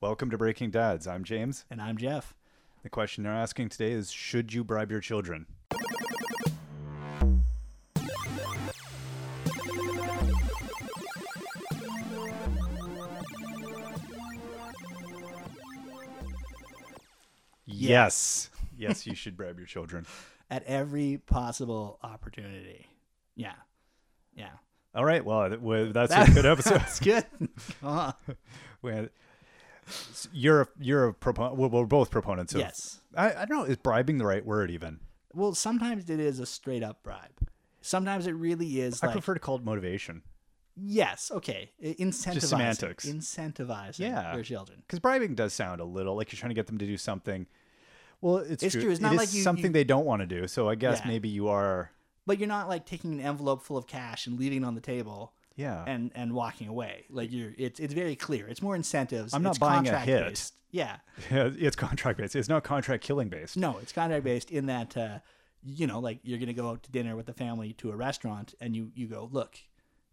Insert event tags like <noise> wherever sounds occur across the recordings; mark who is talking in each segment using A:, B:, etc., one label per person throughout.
A: Welcome to Breaking Dads. I'm James.
B: And I'm Jeff.
A: The question they're asking today is Should you bribe your children? Yes. Yes, you should bribe your children.
B: At every possible opportunity. Yeah. Yeah.
A: All right. Well, th- well, that's a good
B: <laughs>
A: episode. <laughs>
B: That's good. Uh-huh.
A: Well, s- You're a, you're a proponent. Well, we're both proponents of.
B: Yes.
A: I, I don't know. Is bribing the right word even?
B: Well, sometimes it is a straight up bribe. Sometimes it really is
A: I
B: like
A: prefer to call it motivation.
B: yes, okay, I- incentivizing,
A: semantics.
B: incentivizing
A: Yeah.
B: your children.
A: because bribing does sound a little like you're trying to get them to do something. Well, it's,
B: It's true. It's
A: It
B: not
A: is
B: like you-
A: something
B: you-
A: they don't want to do. So I guess
B: Yeah.
A: maybe you are.
B: But you're not like taking an envelope full of cash and leaving it on the table
A: Yeah.
B: and and walking away. Like you're, it's it's very clear. It's more incentives.
A: I'm not
B: It's
A: buying a
B: contract
A: hit.
B: based. Yeah.
A: <laughs> Yeah, it's contract based. It's not contract killing based.
B: No, it's contract based in that uh, you know, like you're gonna go out to dinner with the family to a restaurant, and you you go, look,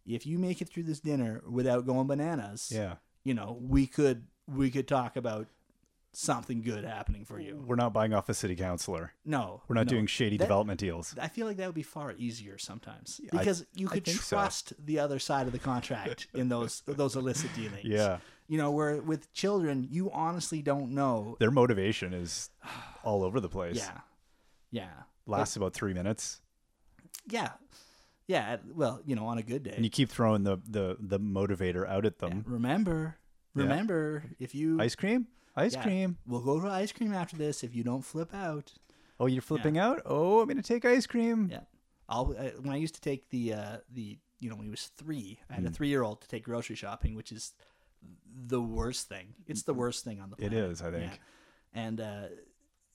B: if you make it through this dinner without going bananas,
A: Yeah.
B: you know, we could we could talk about something good happening for you.
A: We're not buying off a city councilor.
B: No,
A: We're not
B: no.
A: doing shady
B: That-
A: development deals.
B: I feel like that would be far easier sometimes
A: I-
B: because you
A: I
B: could
A: think so.
B: trust the other side of the
A: <laughs>
B: contract in those those illicit dealings.
A: Yeah.
B: you know, where with children, you honestly don't know.
A: Their motivation
B: <sighs>
A: is all over the place.
B: Yeah, yeah.
A: Lasts about three minutes,
B: Yeah. Yeah. Well, you know, on a good day.
A: and you keep throwing the the the motivator out at them.
B: remember,
A: Yeah.
B: remember, if you.
A: Ice cream. Ice
B: yeah,
A: cream.
B: We'll go to ice cream after this if you don't flip out.
A: Oh, you're flipping out. Oh, I'm gonna take ice cream.
B: Yeah. I'll, I, when I used to take the, uh, the, you know, when he was three, I
A: Hmm.
B: had a three year old to take grocery shopping, which is the worst thing. It's the worst thing on the
A: Mm-hmm. It
B: planet.
A: is, I think.
B: And, uh,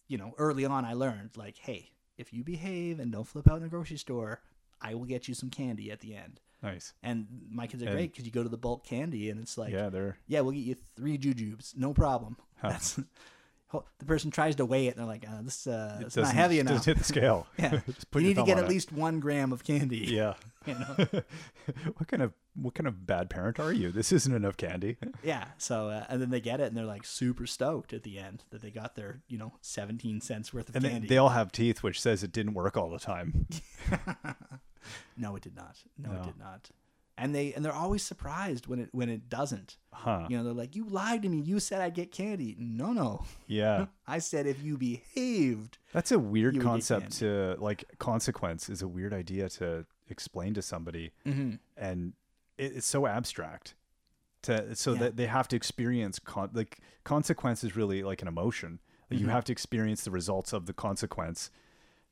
B: you know, early on, I learned, like, hey, if you behave and don't flip out in a grocery store, I will get you some candy at the end.
A: Nice.
B: And my kids are great because you go to the bulk candy and it's like,
A: yeah, they're
B: yeah, we'll get you three jujubes, no problem. That's <laughs> the person tries to weigh it, and they're like, uh, "This uh, it's not
A: doesn't- <laughs>
B: heavy enough."
A: Doesn't hit the scale.
B: <laughs> yeah,
A: Just put
B: you
A: your
B: need to
A: thumb
B: get
A: on it.
B: at least one gram of candy.
A: Yeah.
B: you know?
A: <laughs> what kind of what kind of bad parent are you? This isn't enough
B: <laughs>
A: candy.
B: <laughs> yeah. So, uh, and then they get it, and they're like super stoked at the end that they got their, you know, seventeen cents worth of
A: And they,
B: candy.
A: they all have teeth, which says it didn't work all the
B: <laughs>
A: time.
B: no, it did not. No,
A: No.
B: it did not. And they and they're always surprised when it when it doesn't.
A: Huh.
B: You know, they're like, "You lied to me. You said I'd get candy." No, no. <laughs>
A: Yeah.
B: I said if you behaved.
A: That's a weird
B: You would get
A: concept to like consequence is a weird idea to explain to somebody.
B: Mm-hmm.
A: And it, it's so abstract. To, so
B: Yeah.
A: that they have to experience con- like consequence is really like an emotion. Like
B: Mm-hmm.
A: You have to experience the results of the consequence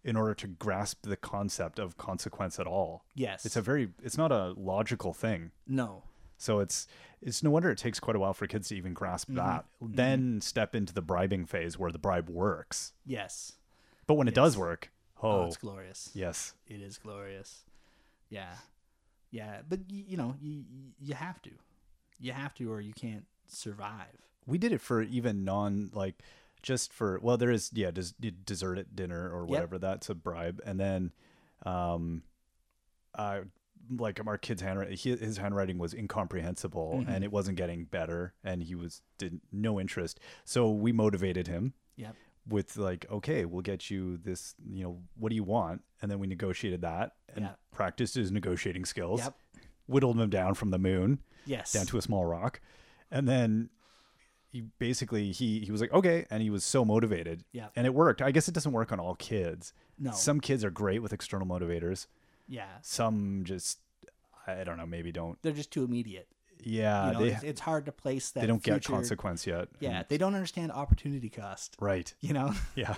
A: in order to grasp the concept of consequence at all.
B: Yes.
A: It's a very it's not a logical thing.
B: no.
A: So it's it's no wonder it takes quite a while for kids to even grasp
B: Mm-hmm.
A: that. Then step into the bribing phase where the bribe works.
B: Yes.
A: But when it does work,
B: Oh,
A: oh,
B: it's glorious.
A: yes.
B: It is glorious. Yeah. Yeah, but y- you know, you you have to. You have to or you can't survive.
A: We did it for even non like just for well there is yeah, des- dessert at dinner or whatever that's a bribe and then um uh like our kid's handwriting his handwriting was incomprehensible
B: Mm-hmm.
A: and it wasn't getting better and he was didn't no interest. So we motivated him
B: Yep.
A: with like okay we'll get you this you know what do you want and then we negotiated that and
B: Yeah.
A: practiced his negotiating skills
B: Yep.
A: whittled him down from the moon
B: Yes.
A: down to a small rock and then he basically he he was like okay and he was so motivated
B: Yeah.
A: and it worked i guess it doesn't work on all kids
B: No.
A: some kids are great with external motivators
B: yeah.
A: some just i don't know maybe don't
B: They're just too immediate.
A: yeah
B: You know,
A: Uh, they
B: it's, it's hard to place that
A: they don't get
B: future-
A: consequence yet Mm.
B: Yeah, they don't understand opportunity cost,
A: right
B: you know? <laughs>
A: yeah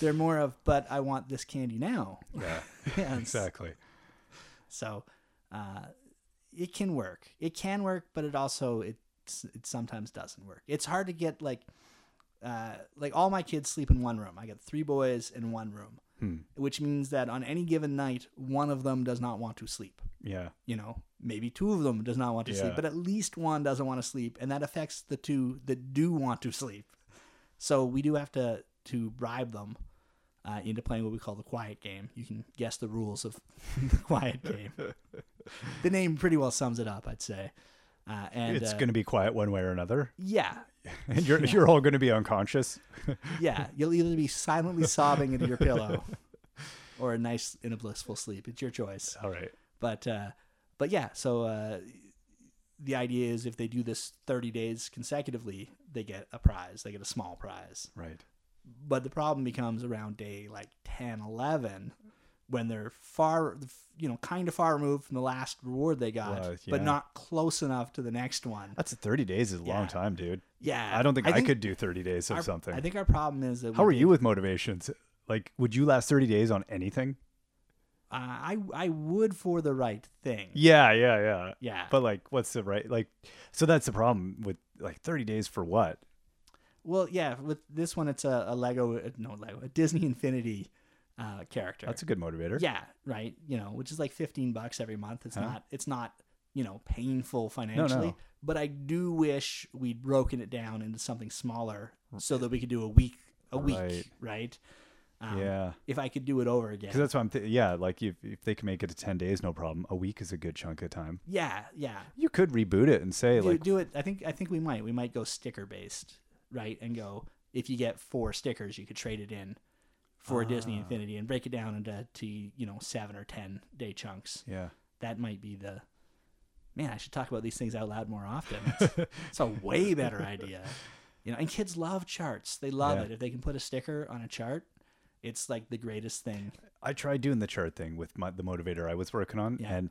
B: They're more of but I want this candy now. <laughs>
A: yeah
B: Yes.
A: exactly
B: So, uh, it can work. It can work, but it also it it sometimes doesn't work. It's hard to get like uh, like all my kids sleep in one room. I got three boys in one room, which means that on any given night, one of them does not want to sleep.
A: yeah
B: You know, maybe two of them does not want to sleep,
A: Yeah.
B: but at least one doesn't want to sleep, and that affects the two that do want to sleep. So we do have to to bribe them uh, into playing what we call the quiet game. You can guess <laughs> the rules of the quiet game. the name pretty well sums it up, I'd say. Uh, and
A: it's
B: uh,
A: going to be quiet one way or another, <laughs>
B: <laughs> yeah,
A: and you're you're all going to be
B: <laughs>
A: unconscious.
B: yeah. You'll either be silently sobbing into your
A: <laughs>
B: pillow, or a nice in a blissful sleep. It's your choice.
A: All right.
B: But uh, but yeah. So uh, the idea is if they do this 30 days consecutively, they get a prize. They get a small prize.
A: Right.
B: But the problem becomes around day like 10, 11, when they're far, you know, kind of far removed from the last reward they got,
A: Well,
B: but
A: yeah.
B: not close enough to the next one.
A: That's 30 days is a long
B: Yeah.
A: time, dude.
B: Yeah.
A: I don't think I, could do 30 days of
B: our-
A: something.
B: I think our problem is that.
A: How
B: we
A: are
B: did-
A: you with motivations? Like, would you last 30 days on anything?
B: Uh, I, I would for the right thing.
A: Yeah, yeah, yeah.
B: Yeah.
A: But like, what's the right? Like, so that's the problem with like 30 days for what?
B: Well, yeah, with this one, it's a, a Lego, uh, no Lego, a Disney Infinity uh, character.
A: That's a good motivator.
B: yeah, right. You know, which is like fifteen bucks every month. It's
A: Huh?
B: not, it's not, you know, painful financially. But I do wish we'd broken it down into something smaller so that we could do a week, a week, right? Um,
A: Right. yeah.
B: If I could do it over
A: Because
B: again.
A: that's what I'm. Th- yeah, like if if they can make it to 10 days, no problem. A week is a good chunk of time.
B: Yeah, yeah.
A: You could reboot it and say
B: Do,
A: like,
B: do it. I think I think we might. We might go sticker based, right? And go if you get four stickers, you could trade it in for a
A: Ah.
B: Disney Infinity and break it down into to, you know seven or ten day chunks.
A: yeah.
B: That might be the man. I should talk about these things out loud more often.
A: <laughs>
B: It's, it's a way better idea, you know. And kids love charts. They love
A: Yeah.
B: it if they can put a sticker on a chart. It's like the greatest thing.
A: I tried doing the chart thing with my, the motivator I was working on,
B: Yeah.
A: and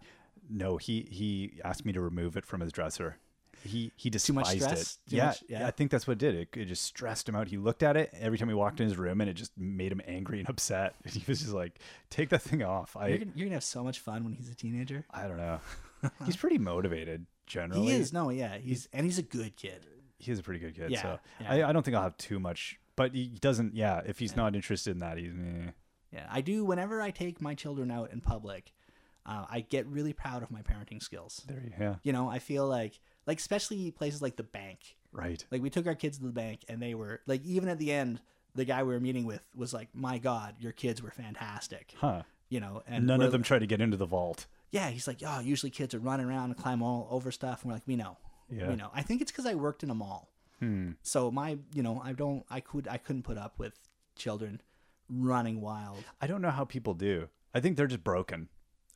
A: no, he he asked me to remove it from his dresser. He he despised
B: much
A: it.
B: stress? Too
A: yeah,
B: much- yeah.
A: I think that's what it did it. It just stressed him out. He looked at it every time he walked in his room, and it just made him angry and <laughs> upset. He was just like, "Take that thing off."
B: You're
A: I
B: gonna, you're gonna have so much fun when he's a teenager.
A: I don't know. He's pretty motivated generally.
B: He is no, yeah, he's and he's a good kid.
A: He is a pretty good kid.
B: Yeah,
A: so
B: yeah.
A: I, I don't think I'll have too much. But he doesn't. Yeah, if he's not interested in that, he's. eh, meh.
B: Yeah, I do. Whenever I take my children out in public, uh, I get really proud of my parenting skills.
A: There you yeah
B: You know, I feel like, like especially places like the bank.
A: right.
B: Like we took our kids to the bank, and they were like, even at the end, the guy we were meeting with was like, "My God, your kids were fantastic."
A: Huh.
B: You know, and
A: None
B: we're-
A: of them try to get into the vault.
B: Yeah, he's like, "Oh, usually kids are running around and climb all over stuff," and we're like, "We know,
A: Yeah.
B: we know." I think it's because I worked in a mall.
A: Hmm.
B: So my, you know, I don't, I could, I couldn't put up with children running wild.
A: I don't know how people do. I think they're just broken.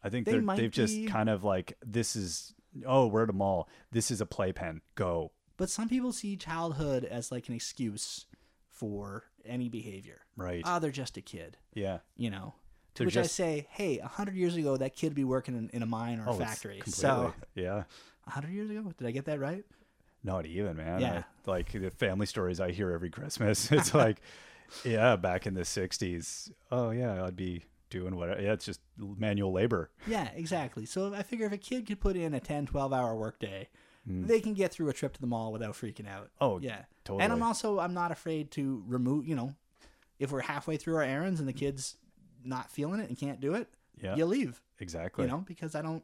A: I think
B: They
A: they are
B: might
A: they've just
B: be.
A: kind of like this is oh we're at a mall. This is a playpen. Go.
B: But some people see childhood as like an excuse for any behavior.
A: Right.
B: Ah, they're just a kid,
A: yeah.
B: you know. To
A: They're
B: which I
A: just-
B: say, hey, a hundred years ago, that kid would be working in, in a mine or
A: Oh,
B: a
A: it's
B: factory. So
A: completely- yeah.
B: a hundred years ago, did I get that right?
A: Not even man.
B: Yeah.
A: I- like the family stories I hear every Christmas. <laughs>
B: <laughs>
A: It's like yeah, back in the '60s. Oh yeah, I'd be doing what? Yeah, it's just manual labor.
B: Yeah, exactly. So I figure if a kid could put in a 10, 12 hour workday, they can get through a trip to the mall without freaking out.
A: Hmm. Oh,
B: yeah,
A: totally.
B: And I'm also I'm not afraid to remove. You know, if we're halfway through our errands and the kid's not feeling it and can't do it,
A: Yeah.
B: you leave.
A: Exactly.
B: You know, because I don't.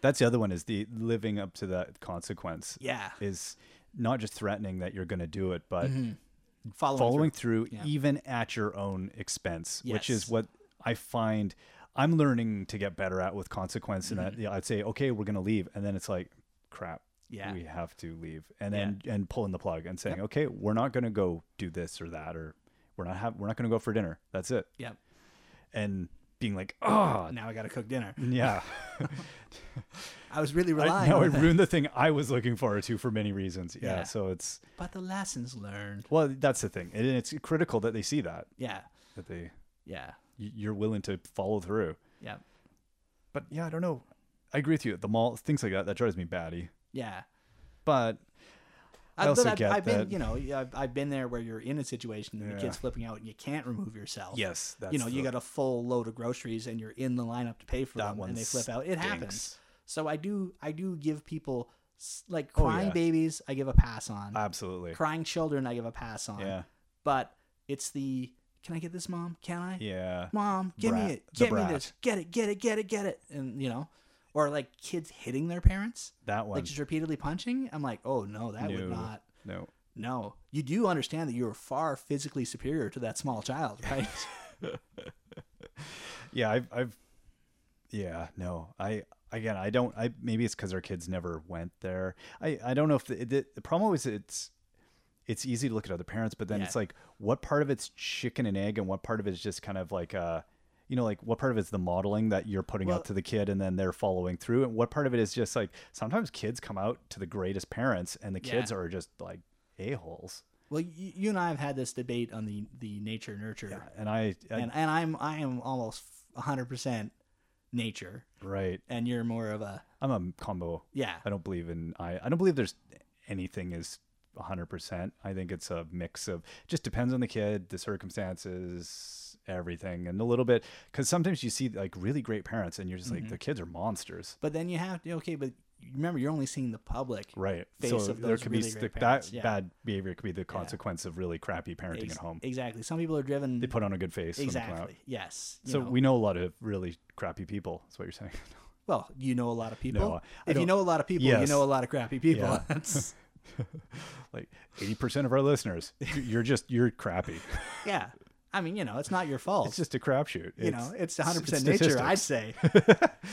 A: That's the other one is the living up to that consequence
B: Yeah,
A: is not just threatening that you're going to do it, but
B: following, through.
A: following through,
B: Yeah.
A: even at your own expense, which is
B: Yes.
A: what I find I'm learning to get better at with consequence. And
B: Mm-hmm.
A: I, yeah, I'd say, okay, we're going to leave. And then it's like, crap,
B: Yeah.
A: we have to leave. And then, and pulling the plug and saying, okay, we're not going to go do this or that, or we're not, have, we're not going to go for dinner. That's it.
B: Yep.
A: And being like,
B: <laughs>
A: oh,
B: Now I got to cook dinner.
A: yeah.
B: I was really
A: I,
B: relying <laughs>
A: now I
B: on that.
A: ruined the thing I was looking forward to for many reasons. Yeah.
B: Yeah.
A: So it's,
B: But the lessons learned.
A: well, that's the thing. And it's critical that they see that,
B: Yeah.
A: that they,
B: Yeah.
A: y- you're willing to follow through.
B: Yeah.
A: But yeah, I don't know. I agree with you. The mall, things like that, that drives me batty.
B: Yeah.
A: But I
B: Uh,
A: also
B: but I've,
A: get
B: I've been,
A: that-
B: you know, yeah, I've, I've been there where you're in a situation and the
A: Yeah.
B: kid's flipping out and you can't remove yourself.
A: yes, that's
B: You know, you
A: the-
B: got a full load of groceries and you're in the lineup to pay for
A: That
B: them
A: one
B: and they flip out. It happens.
A: stinks.
B: So I do, I do give people s- like
A: Oh,
B: crying
A: yeah.
B: babies, I give a pass on.
A: absolutely.
B: crying children, I give a pass on.
A: Yeah,
B: But it's the, can I get this, mom? Can I?
A: yeah,
B: mom give
A: Brat-
B: me it
A: the
B: get me
A: brat.
B: this get it get it get it get it and you know or like kids hitting their parents
A: that one.
B: like just repeatedly punching i'm like oh no that would
A: No.
B: not
A: no,
B: no you do understand that you're far physically superior to that small child
A: <laughs>
B: right <laughs>
A: yeah, I've, I've, yeah, no, I, again, I don't. I maybe it's because our kids never went there. I I don't know if the, the, the problem is it's it's easy to look at other parents, but then
B: Yeah.
A: it's like what part of it's chicken and egg, and what part of it's just kind of like uh, you know, like what part of it's the modeling that you're putting
B: Well-
A: out to the kid, and then they're following through, and what part of it is just like sometimes kids come out to the greatest parents, and the
B: Yeah.
A: kids are just like a holes.
B: Well, you, you and I have had this debate on the the nature nurture,
A: And I, I
B: and and I'm I am almost hundred percent nature,
A: right,
B: and you're more of a
A: I'm a combo.
B: yeah
A: I don't believe in I I don't believe there's anything is 100%. I think it's a mix of just depends on the kid, the circumstances, everything and a little bit cuz sometimes you see like really great parents and you're just
B: Mm-hmm.
A: like their kids are monsters.
B: But then you have to okay, but remember you're only seeing the public.
A: Right.
B: Face
A: so
B: of
A: there
B: those
A: could
B: really
A: be
B: great
A: the-
B: parents,
A: that
B: yeah.
A: bad behavior could be the consequence of really crappy parenting
B: Ex-
A: at home.
B: Exactly. Some people are driven
A: They put on a good face when they come out.
B: exactly. Yes. you
A: So
B: know.
A: we know a lot of really crappy people. That's what you're saying. <laughs>
B: well, you know a lot of people.
A: No, I
B: if you
A: don't-
B: know a lot of people, you
A: Yes.
B: know a lot of crappy people. <laughs>
A: Yeah.
B: That's-
A: like 80% of our
B: <laughs>
A: listeners, you're just you're crappy.
B: yeah. I mean, you know, it's not your fault.
A: It's just a crapshoot.
B: you know, it's 100 percent nature.
A: statistics.
B: I'd say.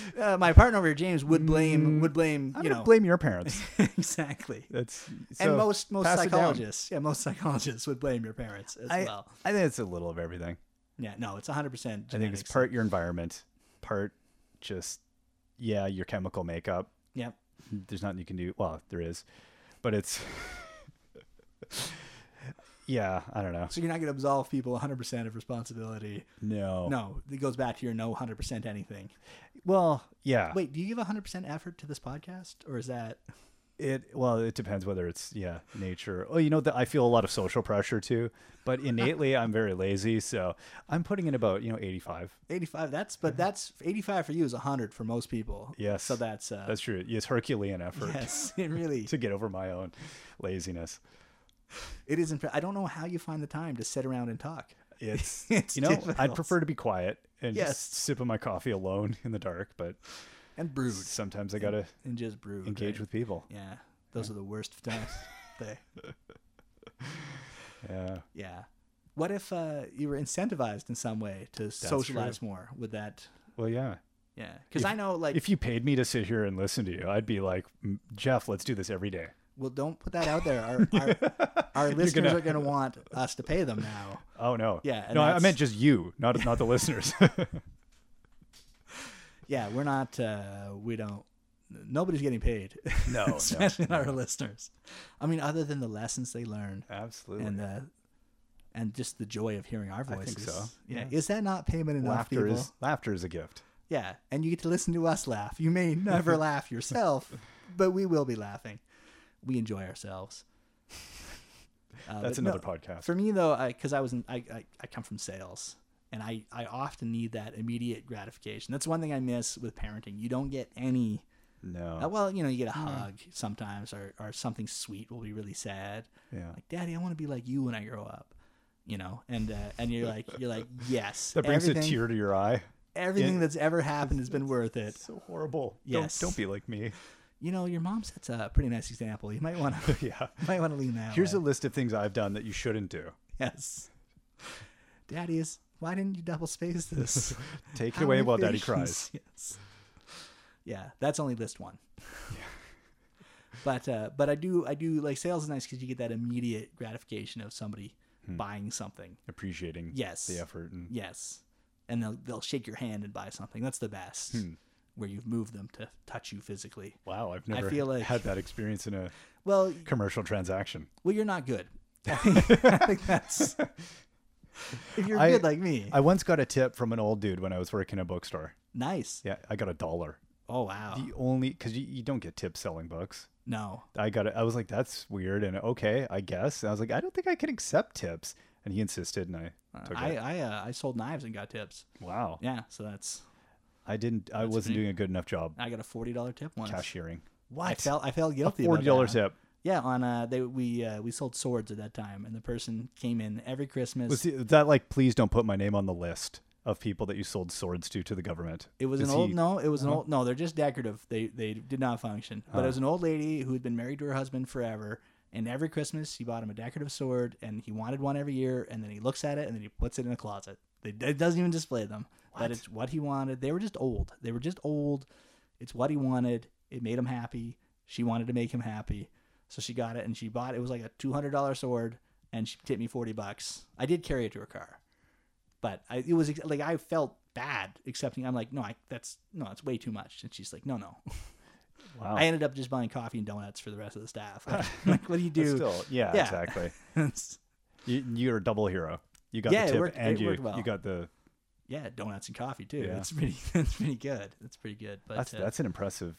A: <laughs>
B: uh, my partner over here, James, would blame would blame
A: I'm
B: you
A: gonna
B: know
A: Mm, blame your parents.
B: <laughs> exactly.
A: <laughs> That's
B: and
A: so,
B: most most
A: pass it down.
B: psychologists, yeah, most <laughs> psychologists would blame your parents as
A: I,
B: well.
A: I think it's a little of everything.
B: Yeah, no, it's 100. percent
A: I think it's part your environment, part just yeah your chemical makeup.
B: Yep.
A: There's nothing you can do. Well, there is, but it's <laughs> yeah. I don't know.
B: So you're not going to absolve people 100% of responsibility.
A: No.
B: No, it goes back to your no 100% anything.
A: Well, yeah.
B: Wait, do you give 100% effort to this podcast or is that
A: It well, it depends whether it's yeah nature. Oh, you know that I feel a lot of social pressure too, but innately I'm very lazy, so I'm putting in about you know 85.
B: 85? That's but that's 85 for you is 100 for most people.
A: Mm-hmm. Yes.
B: So that's uh
A: That's true. It's Herculean effort.
B: yes, <laughs> it really
A: <laughs> to get over my own laziness.
B: it is impre- I don't know how you find the time to sit around and talk.
A: It's,
B: <laughs> It's
A: you know,
B: difficult.
A: I'd prefer to be quiet and
B: Yes.
A: just sip of my coffee alone in the dark, but
B: And brood
A: sometimes I got to
B: and just brood.
A: engage
B: right?
A: with people.
B: Yeah. Those are the
A: <laughs>
B: worst times. they
A: Yeah.
B: yeah. What if uh, you were incentivized in some way to socialize more? Would that
A: Well, yeah.
B: yeah? Because I know like
A: If you paid me to sit here and listen to you, I'd be like, "M- Jeff, let's do this every day.
B: Well, don't put that
A: <laughs>
B: out there. Our, our, our listeners are going to want us to pay them now.
A: Oh, no.
B: Yeah, and
A: No, I I
B: that's-
A: meant just you, not,
B: <laughs>
A: not the listeners.
B: Yeah, we're not. Uh, we don't. Nobody's getting paid.
A: No,
B: <laughs>
A: no,
B: especially not our listeners. I mean, other than the lessons they learn
A: Absolutely.
B: and uh, and just the joy of hearing our
A: I
B: voices.
A: think so.
B: Yeah.
A: Yeah.
B: is that not payment enough?
A: laughter
B: people?
A: is laughter is a gift.
B: Yeah, and you get to listen to us laugh.
A: <laughs>
B: You may never laugh yourself, but we will be laughing. We enjoy ourselves. <laughs> Uh,
A: That's
B: but no,
A: another podcast.
B: For me though, because I, was in, I, I I come from sales, and I I often need that immediate gratification. That's one thing I miss with parenting. You don't get any.
A: no.
B: uh, well, you know, you get a
A: Hmm.
B: hug sometimes, or or something sweet will be really sad.
A: yeah.
B: Like, Daddy, I want to be like you when I grow up. You know, and uh, and you're like you're like yes.
A: <laughs> That brings
B: everything,
A: a tear to your eye.
B: Everything that's ever happened
A: <laughs>
B: has been worth it.
A: So horrible.
B: Yes.
A: Don't, don't be like me. <laughs>
B: You know, your mom sets a pretty nice example. You might want to
A: yeah.
B: <laughs> might want to lean that.
A: Here's a
B: way.
A: list of things I've done that you shouldn't do.
B: yes. Daddy is. Why didn't you double space this?
A: <laughs>
B: <laughs>
A: Take it
B: How
A: away
B: many
A: while daddy
B: patients?
A: cries.
B: <laughs> Yes. Yeah, that's only
A: <laughs>
B: list one. but uh, but I do I do like sales is nice because you get that immediate gratification of somebody
A: Hmm.
B: buying something.
A: Appreciating
B: Yes.
A: the effort and
B: Yes, and they'll they'll shake your hand and buy something. That's the best.
A: Hmm.
B: Where you've moved them to touch you physically.
A: wow, I've never
B: feel like-
A: had that experience in a
B: Well,
A: commercial transaction.
B: well, you're
A: <laughs>
B: not good. <laughs> I think, I think that's if you're
A: I-
B: good like me.
A: I once got a tip from an old dude when I was working at a bookstore.
B: nice.
A: Yeah, I got a dollar.
B: Oh wow.
A: The only because you, you don't get tips selling books.
B: no.
A: I got it. I was like, that's weird and okay, I guess. And I was like, I don't think I can accept tips. And he insisted, and I took
B: I
A: it.
B: I, uh, I sold knives and got tips.
A: Wow,
B: Yeah, so that's
A: I didn't. I wasn't
B: neat.
A: doing a good enough job
B: I got a forty dollar tip once.
A: cashiering.
B: I
A: What?
B: felt I felt guilty. about
A: Forty dollar
B: that.
A: tip.
B: Yeah, on uh, they we uh, we sold swords at that time, and the person came in every Christmas.
A: Was it- that like, please don't put my name on the list of people that you sold swords to to the government?
B: It was
A: Is
B: an old
A: he- Uh-huh.
B: no. It was an old no. They're just decorative. They they did not function. But it was an old lady who had been married to her husband forever. And every Christmas, he bought him a decorative sword, and he wanted one every year. And then he looks at it, and then he puts it in a closet. They, it doesn't even display them. But it's what he wanted. They were just old. They were just old. It's what he wanted. It made him happy. She wanted to make him happy. So she got it and she bought it was like a two hundred dollar sword and she tipped me forty bucks. I did carry it to her car, but I, it was like I felt bad accepting. I'm like, no, I that's no, that's way too much. And she's like, no, no.
A: Wow.
B: I ended up just buying coffee and donuts for the rest of
A: <laughs>
B: the staff. like, what do you
A: But
B: do?
A: still, yeah,
B: Yeah.
A: exactly.
B: It's-
A: <laughs> You, you're a double hero. You got
B: Yeah, it
A: the tip
B: worked-
A: and
B: it
A: you
B: worked well.
A: you got the
B: <laughs> yeah, donuts and coffee too.
A: Yeah.
B: That's pretty. <laughs> That's pretty good. That's pretty good. But
A: that's
B: uh,
A: that's an impressive.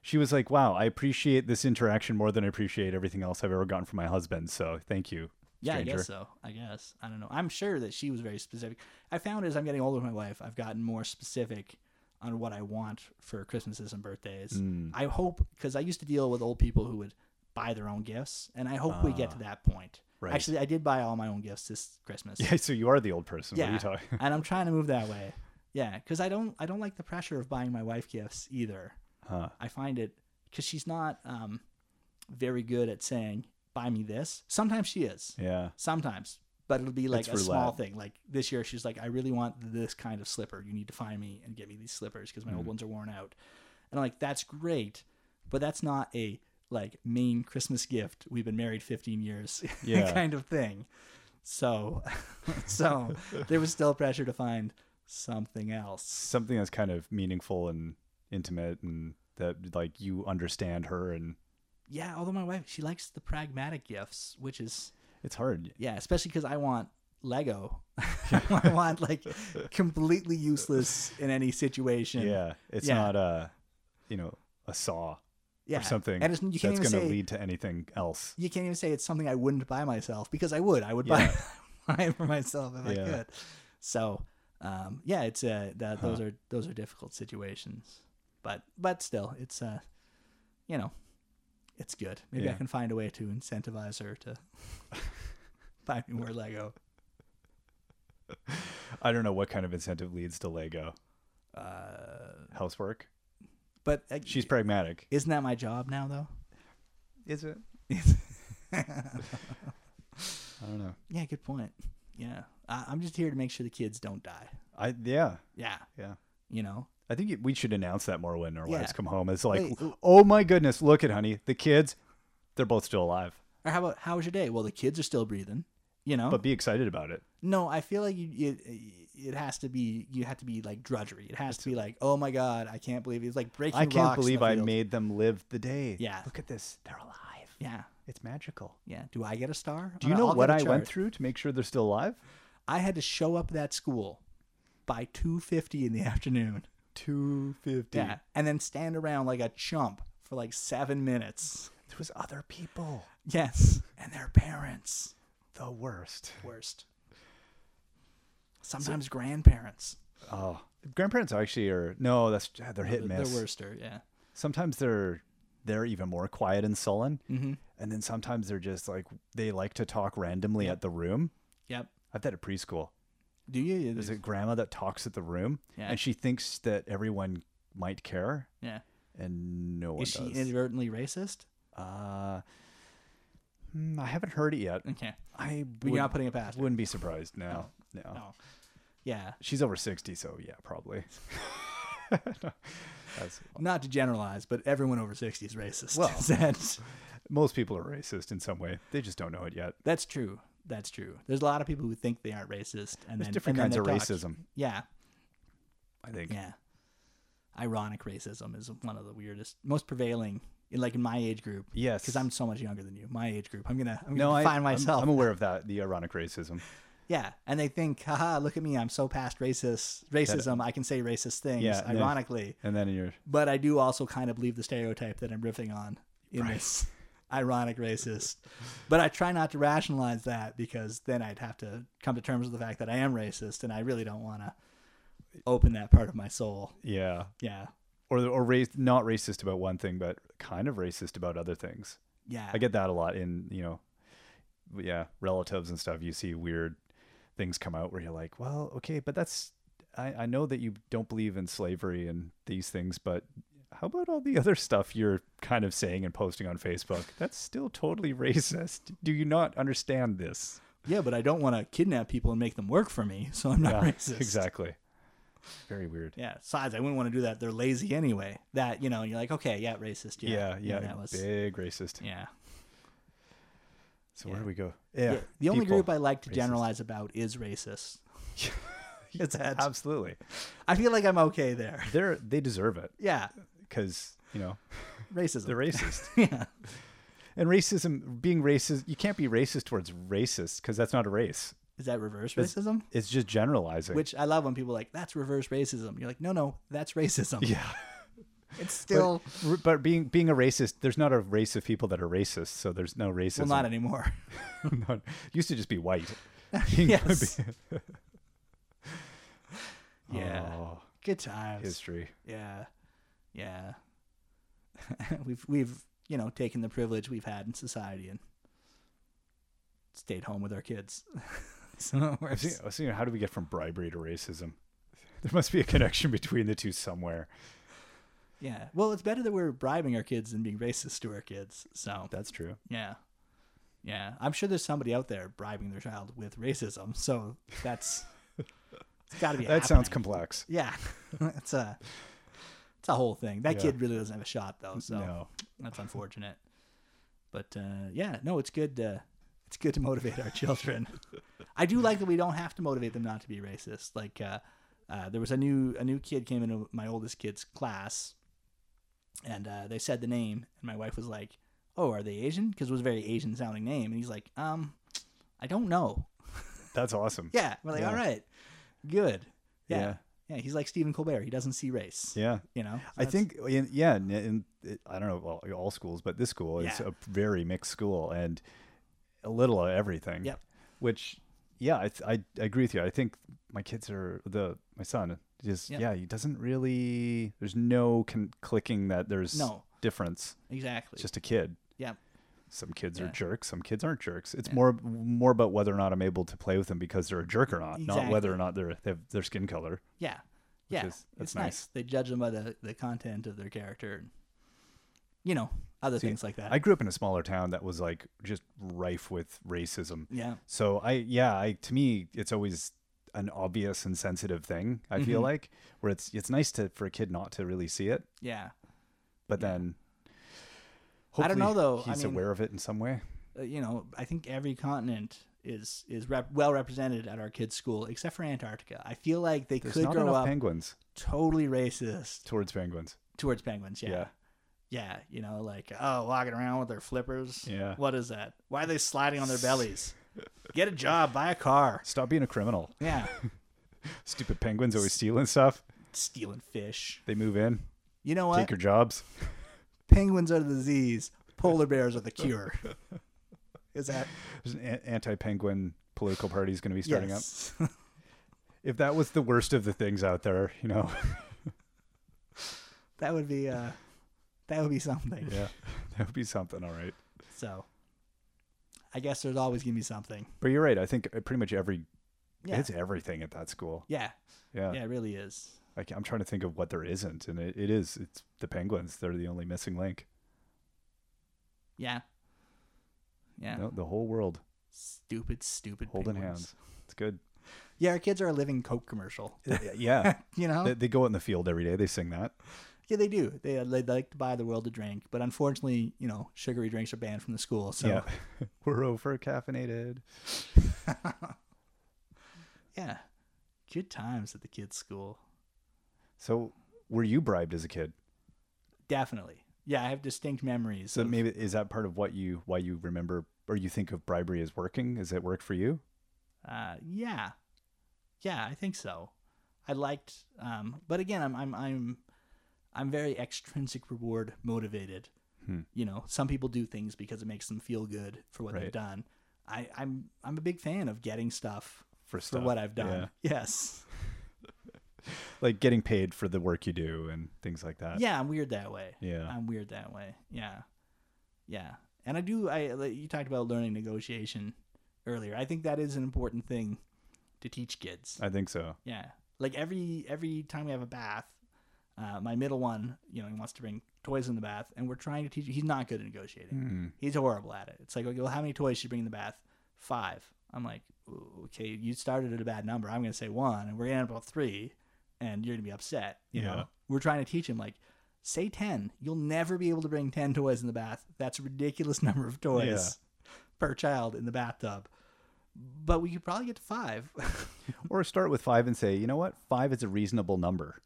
A: She was like, "Wow, I appreciate this interaction more than I appreciate everything else I've ever gotten from my husband." So thank you,
B: yeah,
A: stranger.
B: I guess so. I guess I don't know. I'm sure that she was very specific. I found as I'm getting older with my wife, I've gotten more specific on what I want for Christmases and birthdays.
A: Mm.
B: I hope because I used to deal with old people who would buy their own gifts, and I hope we get to that point.
A: Ah. right.
B: Actually, I did buy all my own gifts this
A: <laughs>
B: Christmas.
A: Yeah, so you are the old person. What are
B: Yeah.
A: you talking?
B: and I'm trying to move that way. Yeah, because I don't I don't like the pressure of buying my wife gifts either.
A: <laughs> Huh.
B: I find it because she's not um, very good at saying buy me this. Sometimes she is,
A: Yeah.
B: sometimes, but it'll be like
A: It's
B: a small
A: roulette.
B: thing. Like this year, she's like, I really want this kind of slipper. You need to find me and get me these slippers because my old ones are worn out. And I'm like, that's great, but that's not a like main Christmas gift. We've been married 15 years, <laughs>
A: Yeah.
B: kind of thing. So, <laughs> so there was still pressure to find something else.
A: Something that's kind of meaningful and intimate, and that like you understand her, and
B: Yeah, although my wife she likes the pragmatic gifts, which is
A: it's hard.
B: yeah, especially because I want
A: <laughs>
B: Lego. <laughs> I want like completely useless in any situation.
A: Yeah, it's
B: Yeah.
A: not a, you know, a saw
B: yeah.
A: or something
B: And it's, you can't
A: that's
B: even
A: going to
B: say
A: lead to anything else.
B: you can't even say it's something I wouldn't buy myself because I would. I would buy, <laughs> buy it for myself if I
A: Yeah.
B: could. So um, yeah, it's uh, that those are those are difficult situations, but but still, it's uh, you know, it's good. Maybe I
A: Yeah.
B: can find a way to incentivize her to <laughs> buy me more Lego.
A: I don't know what kind of incentive leads to Lego
B: Uh,
A: housework.
B: but uh,
A: She's pragmatic.
B: isn't that my job now though?
A: Is <laughs> it? I don't know.
B: Yeah, good point. Yeah, I, I'm just here to make sure the kids don't die.
A: I yeah
B: Yeah,
A: yeah.
B: you know,
A: I think we should announce that more when our
B: Yeah.
A: wives come home. It's like,
B: Wait, w-
A: oh my goodness, look at honey, the kids, they're both still alive.
B: Or how about how was your day? Well, the kids are still breathing. You know,
A: But be excited about it.
B: no, I feel like you, you, it has to be you have to be like drudgery. It has to be like, oh my god, I can't believe it's like breaking.
A: I can't
B: rocks in the
A: believe I
B: field.
A: made them live the day.
B: Yeah.
A: Look at this, they're alive.
B: Yeah,
A: It's magical.
B: yeah. Do I get a star?
A: Do you
B: I'll-
A: know
B: I'll
A: what
B: get a
A: I went
B: chart.
A: through to make sure they're still alive?
B: I had to show up that school by two fifty in the afternoon.
A: Two fifty.
B: Yeah, and then stand around like a chump for like seven minutes.
A: There was other people.
B: Yes, and their parents.
A: The worst.
B: Worst. Sometimes grandparents.
A: Oh, grandparents actually are no. That's they're hit and
B: They're
A: miss.
B: worster. Yeah.
A: sometimes they're they're even more quiet and sullen and then sometimes they're just like they like to talk randomly at the room
B: Yep.
A: i've had at preschool
B: Do you? Yeah,
A: there's a grandma that talks at the room
B: Yeah.
A: and she thinks that everyone might care
B: Yeah.
A: and no one
B: Is she
A: does
B: inadvertently racist?
A: uh hmm, i haven't heard it yet
B: Okay.
A: i
B: But
A: would,
B: you're not putting it past. her.
A: wouldn't be surprised no no,
B: No. Yeah.
A: she's over 60 so yeah probably <laughs> That's-
B: Not to generalize, but everyone over 60 is racist.
A: Oh. Well.
B: <laughs> that's,
A: most people are racist in some way they just don't know it yet
B: that's true. That's true. There's a lot of people who think they aren't racist. And
A: there's
B: then,
A: different
B: and
A: kinds
B: then
A: of
B: they talk.
A: racism
B: Yeah.
A: i think
B: Yeah. Ironic racism is one of the weirdest, most prevailing, in like in my age group.
A: Yes,
B: Because I'm so much younger than you. My age group. I'm going to I'm
A: no,
B: gonna
A: I,
B: find
A: I'm-
B: myself.
A: I'm, aware of that. The ironic racism.
B: Yeah, and they think, haha, look at me, I'm so past racist racism. I can say racist things,
A: Yeah, no.
B: ironically,
A: And then you're
B: but I do also kind of believe the stereotype that I'm riffing on in this <laughs> ironic racist. But I try not to rationalize that because then I'd have to come to terms with the fact that I am racist, and I really don't want to open that part of my soul.
A: yeah,
B: Yeah,
A: or or race, not racist about one thing, but kind of racist about other things.
B: yeah,
A: I get that a lot in you know, yeah, relatives and stuff. You see weird things come out where you're like, well, okay, but that's I, I know that you don't believe in slavery and these things, but how about all the other stuff you're kind of saying and posting on Facebook? That's still totally racist. Do you not understand this?
B: yeah. But I don't want to kidnap people and make them work for me, <laughs> so I'm <laughs> not
A: Yeah,
B: racist.
A: Exactly. Very weird.
B: Yeah. Besides, I wouldn't want to do that. They're lazy anyway. That you know, you're like, okay, yeah, racist.
A: Yeah, yeah,
B: And that was
A: big racist.
B: yeah.
A: So
B: yeah.
A: where do we go? Yeah,
B: Yeah, The only
A: people.
B: group I like to
A: Racist.
B: generalize about is racist.
A: <laughs>
B: it's that.
A: absolutely
B: I feel like I'm okay there.
A: they're they deserve it
B: Yeah,
A: because you know
B: racism.
A: they're racist
B: <laughs> yeah,
A: and racism being racist you can't be racist towards racists because that's not a race
B: is that reverse
A: It's-
B: racism?
A: it's just generalizing
B: Which I love when people are like that's reverse racism. You're like, no, no, that's racism.
A: yeah <laughs>
B: It's still
A: R- but being being a racist there's not a race of people that are racist so there's no racism
B: well, not anymore.
A: <laughs>
B: <laughs>
A: Not- used to just be white <laughs>
B: yes. <laughs> yeah.
A: Oh,
B: Good times.
A: history
B: Yeah. Yeah. <laughs> we've we've, you know, taken the privilege we've had in society and stayed home with our kids. <laughs> so not
A: I was,
B: worse.
A: thinking, I was thinking, how do we get from bribery to racism <laughs> there must be a connection between the two somewhere
B: Yeah. Well, it's better that we're bribing our kids than being racist to our kids. So,
A: that's true
B: yeah. Yeah. I'm sure there's somebody out there bribing their child with racism. So, that's it's got to be
A: <laughs> that sounds
B: happening.
A: complex
B: Yeah. it's a it's a whole thing. That
A: Yeah.
B: kid really doesn't have a shot though, <laughs> so
A: no
B: that's unfortunate. But uh, yeah, no, it's good. To, it's good to motivate
A: <laughs>
B: our children. I do like that we don't have to motivate them not to be racist. Like uh, uh, there was a new a new kid came into my oldest kid's class, and uh, they said the name, and my wife was like, "Oh, are they Asian?" Because it was a very Asian sounding name, and he's like, "Um, I don't know."
A: that's awesome
B: Yeah, we're like,
A: Yeah.
B: "All right, good." Yeah. yeah,
A: Yeah.
B: He's like Stephen Colbert. He doesn't see race.
A: yeah.
B: You know, So
A: I
B: that's-
A: think in, yeah, in, in, it- I don't know well, all schools, but this school is
B: Yeah.
A: a very mixed school and a little of everything.
B: Yep.
A: Which, yeah, I, th- I I agree with you. I think my kids are the my son just
B: Yep.
A: yeah he doesn't really there's no con- clicking that there's
B: No.
A: difference.
B: exactly.
A: It's just a kid.
B: Yep.
A: Some kids are
B: Yeah.
A: jerks. Some kids aren't jerks. It's more more about whether or not I'm able to play with them because they're a jerk or not, not whether
B: Exactly.
A: or not they're they have their skin color.
B: Yeah. Yeah.
A: is- that's
B: it's nice.
A: nice.
B: They judge them by the, the content of their character and, you know, other things like that.
A: I grew up in a smaller town that was like just rife with racism.
B: yeah.
A: So I yeah, I to me it's always an obvious and sensitive thing, I
B: Mm-hmm.
A: feel like, where it's it's nice to for a kid not to really see it,
B: Yeah.
A: but then
B: I don't know,
A: hopefully
B: though. I
A: He's
B: mean-
A: aware of it in some way.
B: Uh, you know, I think every continent is is rep- well represented at our kids' school except for Antarctica. I feel like they
A: There's
B: could
A: not
B: grow
A: enough
B: up
A: penguins
B: totally racist
A: towards penguins.
B: towards penguins. Yeah. yeah.
A: Yeah.
B: you know, like oh, walking around with their flippers.
A: Yeah.
B: What is that? Why are they sliding
A: <laughs>
B: on their bellies? Get a job, buy a car.
A: Stop being a criminal. <laughs>
B: Yeah,
A: Stupid penguins always stealing stuff.
B: stealing fish.
A: They move in,
B: You know what?
A: take your jobs.
B: penguins are the disease, polar bears are
A: <laughs>
B: the cure. Is that
A: There's an a- anti-penguin political party is going to be starting up.
B: yes? <laughs>
A: If that was the worst of the things out there, you
B: <laughs>
A: know,
B: that would be uh, that would be something.
A: yeah, that would be something, all right.
B: So, I guess there's always gonna be something.
A: But you're right. I think uh, pretty much every
B: Yeah,
A: it's everything at that school.
B: yeah,
A: Yeah.
B: yeah. It really is.
A: I ca- I'm trying to think of what there isn't, and it, it is. It's the penguins. They're the only missing link.
B: Yeah, yeah.
A: No, the whole world
B: Stupid, stupid.
A: holding
B: penguins.
A: hands. It's good.
B: Yeah, our kids are a living Coke commercial.
A: <laughs> yeah,
B: <laughs> You know,
A: they, they go out in the field every day. They sing that.
B: yeah, they do. They uh, they like to buy the world a drink, but unfortunately, you know, sugary drinks are banned from the school. So
A: Yeah, <laughs> we're over caffeinated.
B: yeah, good times at the kids' school.
A: So, were you bribed as a kid?
B: Definitely. Yeah, I have distinct memories.
A: So
B: of-
A: maybe is that part of what you why you remember or you think of bribery as working? Is it work for you?
B: uh, yeah, yeah, I think so. I liked, um, but again, I'm, I'm, I'm, I'm very extrinsic reward motivated.
A: Hmm.
B: You know, some people do things because it makes them feel good for what they've
A: Right.
B: done. I, I'm, I'm a big fan of getting stuff
A: For
B: for
A: stuff,
B: what I've done. Yes.
A: like getting paid for the work you do and things like that.
B: yeah, I'm weird that way.
A: Yeah.
B: I'm weird that way. Yeah, yeah. And I do. I like, you talked about learning negotiation earlier. I think that is an important thing to teach kids.
A: I think so.
B: Yeah. Like every every time we have a bath, uh, my middle one, you know, he wants to bring toys in the bath, and we're trying to teach. He's not good at negotiating.
A: Hmm.
B: He's horrible at it. It's like, okay, well, how many toys should you bring in the bath? Five. I'm like, okay, you started at a bad number. I'm gonna say one, and we're gonna end up with three. and you're gonna be upset. You
A: Yeah.
B: know, we're trying to teach him like, say ten. You'll never be able to bring ten toys in the bath. That's a ridiculous <laughs> number of toys per child in the bathtub. But we could probably get to five. <laughs>
A: Or start with five and say, you know what? Five is a reasonable number.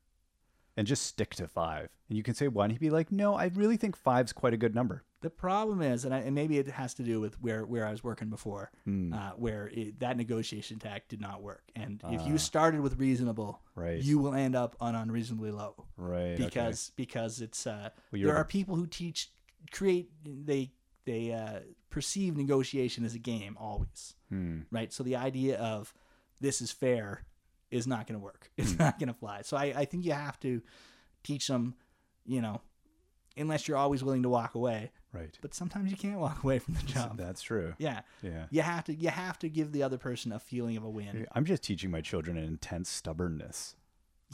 A: And just stick to five. And you can say one. He'd be like, no, I really think five's quite a good number.
B: the problem is, and, I, and maybe it has to do with where where I was working before, uh, where it, that negotiation tact did not work. And if you started with reasonable,
A: Right.
B: you will end up on unreasonably low.
A: Right.
B: because because it's uh,
A: Well, you're
B: there
A: the-
B: are people who teach create they they uh, perceive negotiation as a game always
A: hmm,
B: right so the idea of this is fair is not going to work <laughs> it's
A: Hmm.
B: not going to fly so I, I think you have to teach them you know unless you're always willing to walk away
A: Right.
B: but sometimes you can't walk away from the job
A: That's true.
B: <laughs> yeah
A: Yeah.
B: you have to you have to give the other person a feeling of a <laughs> win
A: I'm just teaching my children an intense stubbornness.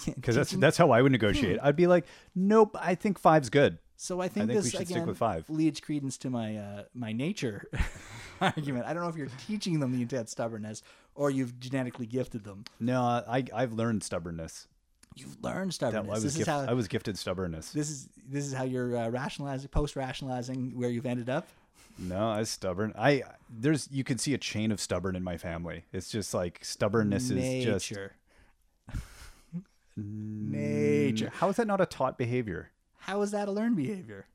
B: Yeah,
A: Because that's
B: teaching-
A: that's how I would negotiate. I'd be like, nope, I think five's good.
B: So I think,
A: think we
B: this
A: should stick
B: again
A: with five.
B: leads credence to my uh, my nature <laughs> argument. I don't know if you're teaching them the intense stubbornness or you've genetically gifted them.
A: No, I I've learned stubbornness.
B: You've learned
A: That I
B: stubbornness.
A: was
B: This is
A: gift-
B: how
A: I was gifted stubbornness.
B: this is this is how you're uh, rationalizing, post rationalizing where you've ended up.
A: No, I was stubborn. I there's you can see a chain of stubborn in my family. It's just like stubbornness is just
B: Nature, nature.
A: How is that not a taught behavior?
B: How is that a learned behavior?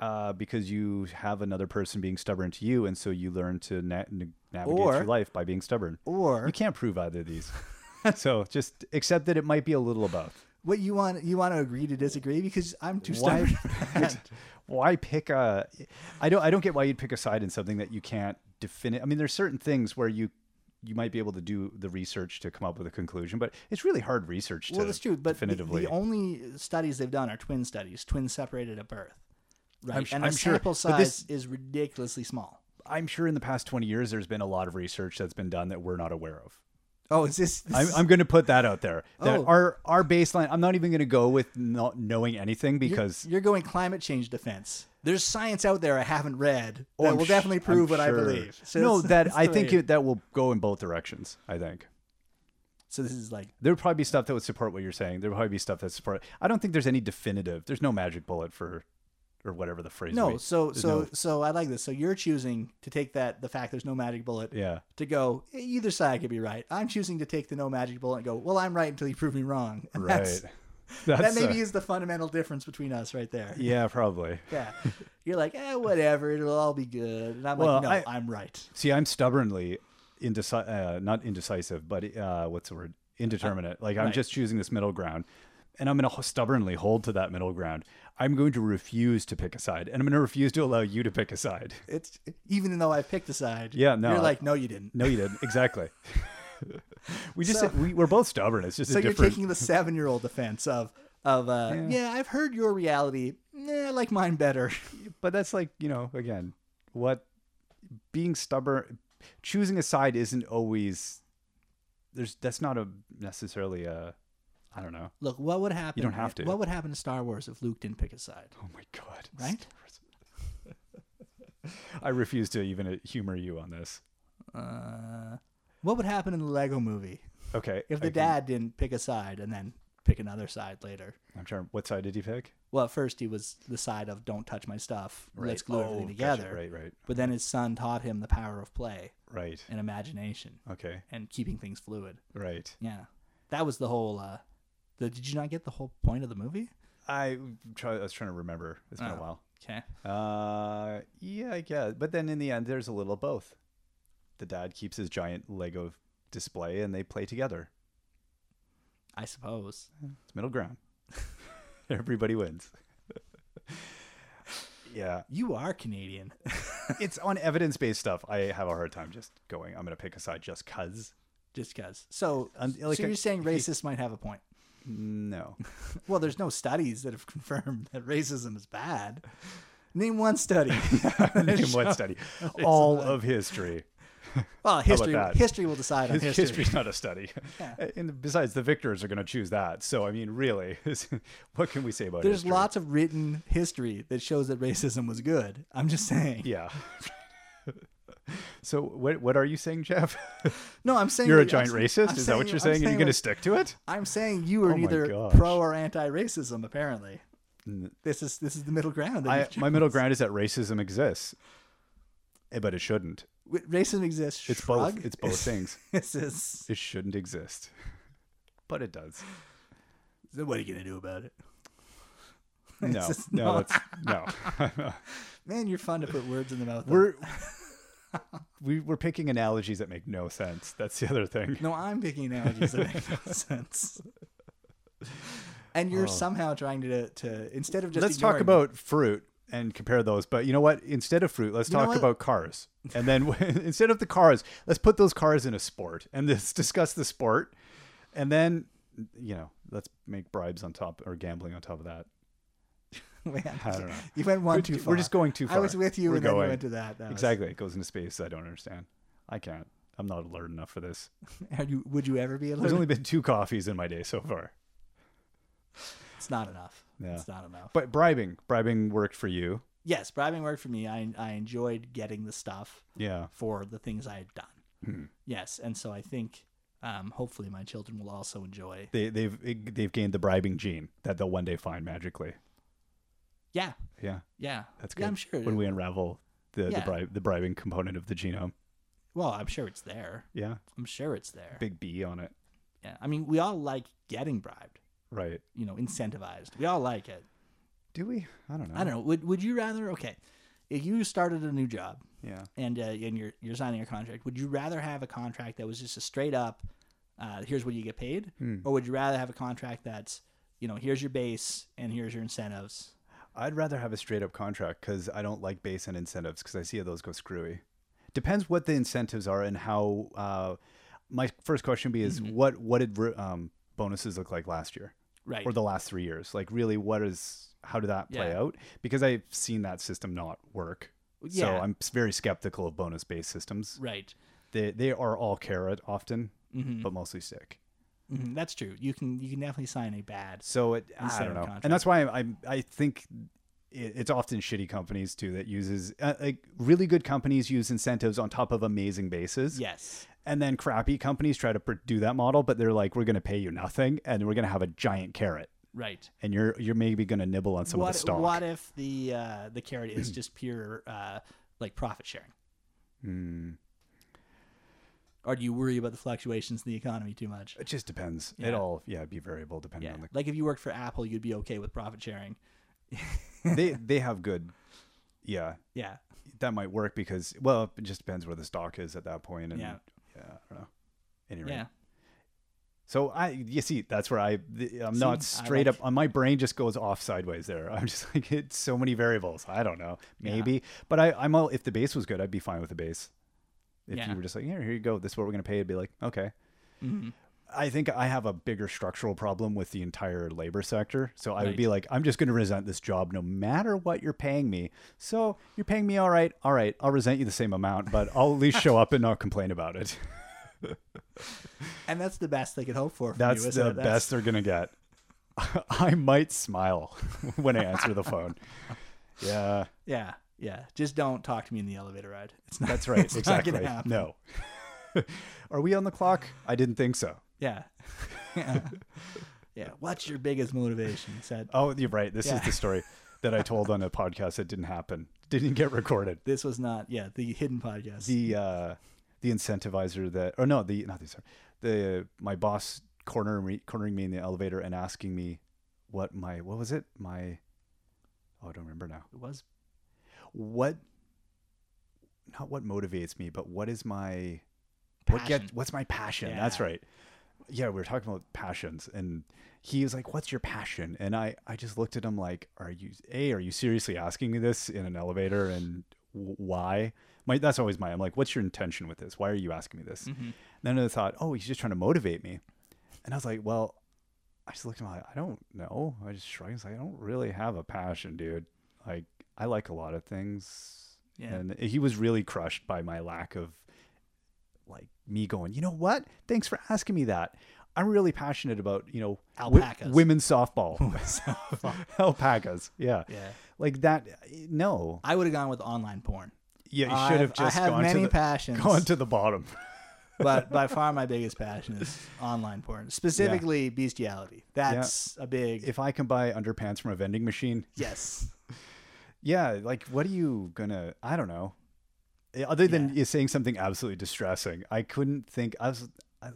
A: Uh, because you have another person being stubborn to you, and so you learn to na- na- navigate
B: Or-
A: through life by being stubborn.
B: Or
A: You can't prove either of these, so just accept that it might be a little of both.
B: what you want you want to agree to disagree because I'm too
A: Why-
B: stubborn.
A: <laughs>
B: for that.
A: why pick a I don't I don't get why you'd pick a side in something that you can't define I mean there's certain things where you you might be able to do the research to come up with a conclusion but it's really hard research to
B: well, that's true. But the-
A: definitively
B: the only studies they've done are twin studies, twins separated at birth, right?
A: I'm su-
B: and the
A: I'm sure,
B: sample
A: but this-
B: size is ridiculously small.
A: I'm sure in the past 20 years there's been a lot of research that's been done that we're not aware of
B: Oh, is this? this
A: I'm, I'm going to put that out there that
B: Oh.
A: our our baseline I'm not even going to go with not knowing anything because
B: you're going climate change defense. There's science out there I haven't read
A: Oh,
B: that
A: I'm
B: will
A: sh-
B: definitely
A: I'm
B: prove what I
A: sure.
B: believe. So
A: no,
B: that's-
A: that
B: that's
A: I
B: the
A: think
B: way-
A: it, that will go in both directions. I think.
B: So this is like
A: There would probably be stuff that would support what you're saying. There would probably be stuff that support. I don't think there's any definitive. There's no magic bullet for, or whatever the phrase.
B: no.
A: we-
B: So
A: there's
B: so
A: no-
B: so I like this. So you're choosing to take that the fact there's no magic bullet
A: yeah,
B: to go "E-, either side could be right. I'm choosing to take the no magic bullet and go. Well, I'm right until you prove me wrong. <laughs> And
A: right. <laughs>
B: that's-
A: That's,
B: that maybe
A: uh,
B: is the fundamental difference between us right there.
A: yeah, probably.
B: Yeah. You're like, eh, whatever, it'll all be good. And I'm
A: Well,
B: like, no,
A: I-
B: I, am right.
A: See, I'm stubbornly indecisive. Uh, not indecisive, but uh, what's the word? Indeterminate. Like I'm
B: right.
A: just choosing this middle ground, and I'm going to stubbornly hold to that middle ground. I'm going to refuse to pick a side, and I'm going to refuse to allow you to pick a side.
B: It's even though I picked a side.
A: Yeah, no,
B: You're
A: I-
B: like, no, you didn't.
A: No, you didn't. Exactly. <laughs> we just
B: So-
A: we, we're both stubborn. It's just
B: So
A: a
B: you're
A: different.
B: taking the seven year old defense of of uh, yeah. I've heard your reality. Nah, I like mine better. <laughs>
A: but that's like you know again what being stubborn choosing a side isn't always there's that's not a necessarily a i don't know
B: Look, what would happen?
A: don't have to.
B: What would happen to Star Wars if Luke didn't pick a side?
A: oh my god
B: Right?
A: i refuse to even uh, humor you on this
B: Uh, what would happen in the Lego Movie
A: okay
B: if the
A: I can-
B: dad didn't pick a side and then pick another side later?
A: i'm trying what side did he pick
B: Well, at first he was the side of "Don't touch my stuff. Let's glue
A: Oh,
B: everything
A: gotcha.
B: together."
A: right right
B: But then his son taught him the power of play
A: right
B: and imagination
A: okay
B: and keeping things fluid.
A: right
B: Yeah. That was the whole uh the, did you not get the whole point of the movie?
A: i try i was trying to remember it's been a
B: Oh.
A: while
B: Okay.
A: Uh, yeah, I guess. But then in the end, there's a little of both. The dad keeps his giant Lego display, and they play together.
B: I suppose.
A: It's middle ground. <laughs> Everybody wins. yeah,
B: You are Canadian. <laughs>
A: it's on evidence-based stuff. I have a hard time just going. I'm gonna pick a side just cause.
B: just cuz. So,
A: Um, like
B: so
A: a- <laughs>
B: you're saying racists might have a point.
A: No, <laughs>
B: Well, there's no studies that have <laughs> confirmed that racism is bad. Name
A: <laughs>
B: one study.
A: name one
B: <laughs>
A: study. All of history.
B: Well, history
A: that?
B: history will decide on history.
A: History's not a study. <laughs> And besides, the victors are gonna choose that. So I mean, really, <laughs> what can we say about
B: There's
A: history?
B: lots of written history that shows that racism was good. I'm just saying.
A: Yeah. <laughs> So what what are you saying,
B: <laughs>
A: Jeff?
B: No, I'm saying
A: you're a
B: I'm
A: giant
B: s-
A: racist.
B: I'm
A: Is that what you're
B: I'm
A: saying? Are you going to
B: like-
A: stick to it?
B: I'm saying you are
A: Oh my
B: either
A: gosh.
B: pro or anti-racism. Apparently, this is this is the middle ground. that
A: I,
B: you've
A: my middle
B: chosen.
A: ground is that racism exists, eh, but it shouldn't.
B: Wi- Racism exists.
A: It's
B: shrug.
A: both. It's
B: <laughs>
A: both things.
B: this is
A: It shouldn't exist, <laughs> but it does.
B: what are you gonna do about it?
A: No,
B: just
A: no,
B: not-
A: that's,
B: <laughs>
A: no.
B: Man, you're fun to put words in the mouth. of.
A: we're we, we're picking analogies that make no sense. That's the other thing.
B: no, I'm picking analogies that make
A: <laughs>
B: no sense. And you're somehow trying to to instead of just
A: Oh. let's talk
B: ignoring- <laughs>
A: about fruit and compare those. But you know what? Instead of fruit, let's
B: You know
A: talk
B: what?
A: about cars. And then <laughs> instead of the cars, let's put those cars in a sport and let's discuss the sport. And then, you know, let's make bribes on top or gambling on top of that.
B: Man,
A: I don't know.
B: You went one
A: We're,
B: too far.
A: we're just going too far.
B: I was with you,
A: We're
B: and then
A: going.
B: you went to that. that was-
A: Exactly. It goes into space. I don't understand. I can't. I'm not alert enough for
B: <laughs>
A: this.
B: <laughs> Are you, would you ever be a
A: There's
B: little?
A: only been two coffees in my day so far.
B: it's not enough.
A: Yeah.
B: It's not enough.
A: But bribing, bribing worked for you.
B: yes, bribing worked for me. I I enjoyed getting the stuff
A: Yeah.
B: for the things I had done.
A: Hmm.
B: Yes, and so I think um, hopefully my children will also enjoy.
A: They, they've they've gained the bribing gene that they'll one day find magically.
B: Yeah,
A: Yeah.
B: yeah,
A: That's good.
B: Yeah, I'm sure.
A: When we unravel the the,
B: Yeah.
A: bri- the bribing component of the genome,
B: well, I'm sure it's there.
A: yeah,
B: I'm sure it's there.
A: big B on it,
B: Yeah, I mean, we all like getting bribed.
A: right?
B: You know, incentivized. We all like it.
A: Do we? I don't know.
B: I don't know. Would Would you rather? Okay, if you started a new job
A: Yeah.
B: and uh, and you're you're signing a contract, would you rather have a contract that was just a straight up, uh, here's what you get paid,
A: Hmm.
B: or would you rather have a contract that's you know here's your base and here's your incentives?
A: I'd rather have a straight up contract because I don't like base and incentives because I see how those go screwy. Depends what the incentives are and how. Uh, my first question would be is
B: Mm-hmm.
A: what what did re- um, bonuses look like last year
B: Right.
A: or the last three years? Like really, what is how did that play
B: Yeah.
A: out? Because I've seen that system not work. So
B: Yeah.
A: I'm very skeptical of bonus based systems.
B: right.
A: They they are all carrot often,
B: Mhm.
A: but mostly stick.
B: Mhm. That's true. You can you can definitely sign a bad.
A: So it I don't
B: Instead of
A: know,
B: contract.
A: and that's why I am I think it, it's often shitty companies too that uses uh, like really good companies use incentives on top of amazing bases,
B: Yes.
A: and then crappy companies try to pr- do that model, but they're like we're going to pay you nothing, and we're going to have a giant carrot,
B: Right.
A: and you're you're maybe going to nibble on some
B: what
A: of the stock.
B: What if the uh, the carrot is
A: <clears throat>
B: just pure uh, like profit sharing?
A: Hmm.
B: Or do you worry about the fluctuations in the economy too much?
A: It just depends. It
B: Yeah.
A: all yeah, it'd be variable depending
B: Yeah.
A: on
B: Like if you worked for Apple, you'd be okay with profit sharing.
A: the <laughs> they they have good yeah
B: Yeah.
A: that might work because well it just depends where the stock is at that point and yeah,
B: Yeah.
A: I don't know. Anyway.
B: Yeah.
A: So I, you see, that's where I, th- I'm
B: See, I
A: not straight
B: like-
A: up. uh, My brain just goes off sideways there. I'm just <laughs> like it's so many variables. I don't know,
B: Yeah.
A: maybe. But I, I'm all if the base was good, I'd be fine with the base. If
B: Yeah.
A: you were just like, here, here you go. This is what we're gonna pay. I'd be like, okay.
B: Mhm.
A: I think I have a bigger structural problem with the entire labor sector. So I would
B: Right.
A: be like, I'm just going to resent this job no matter what you're paying me. So you're paying me all right. All right. I'll resent you the same amount, but I'll at
B: <laughs>
A: least show up and not complain about it.
B: And that's the best they could hope for. From
A: That's
B: you, isn't
A: the
B: it?
A: best they're going to get. <laughs> I might smile <laughs> when I answer the phone. Yeah,
B: Yeah. Yeah. Just don't talk to me in the elevator ride. It's not. <laughs>
A: that's right.
B: It's not
A: exactly.
B: gonna happen.
A: No. <laughs> Are we on the clock? I didn't think so.
B: Yeah. yeah. Yeah. What's your biggest motivation? Said
A: Oh, you're right. This
B: Yeah.
A: is the story that I told on a podcast that didn't happen. Didn't get recorded.
B: this was not. Yeah. The hidden podcast.
A: the uh the incentivizer that or no the not the sorry, the my boss cornering me, cornering me in the elevator and asking me what my what was it my oh I don't remember now
B: it was
A: what not what motivates me but what is my what
B: Passion.
A: gets what's my passion that's
B: Yeah.
A: right yeah we were talking about passions and he was like what's your passion and i i just looked at him like are you a are you seriously asking me this in an elevator and w- why my that's always my i'm like what's your intention with this why are you asking me this and then i thought oh he's just trying to motivate me and i was like well i just looked at him like i don't know i just shrugged and was like i don't really have a passion dude like i like a lot of things
B: Yeah.
A: and he was really crushed by my lack of like me going, you know what? Thanks for asking me that. I'm really passionate about, you know, wi-
B: Alpacas.
A: women's
B: <laughs>
A: softball, <laughs> alpacas. Yeah.
B: Yeah.
A: Like that. No.
B: I would have gone with online porn.
A: Yeah, you should have
B: I've- I
A: just
B: have
A: gone
B: many
A: to the, <laughs>
B: passions.
A: gone to the bottom. <laughs>
B: but by far my biggest passion is online porn, specifically bestiality. That's a big
A: If I can buy underpants from a vending machine,
B: yes.
A: yeah, like what are you gonna? I don't know. Yeah, Other than
B: Yeah.
A: you saying something absolutely distressing, I couldn't think. I was, I,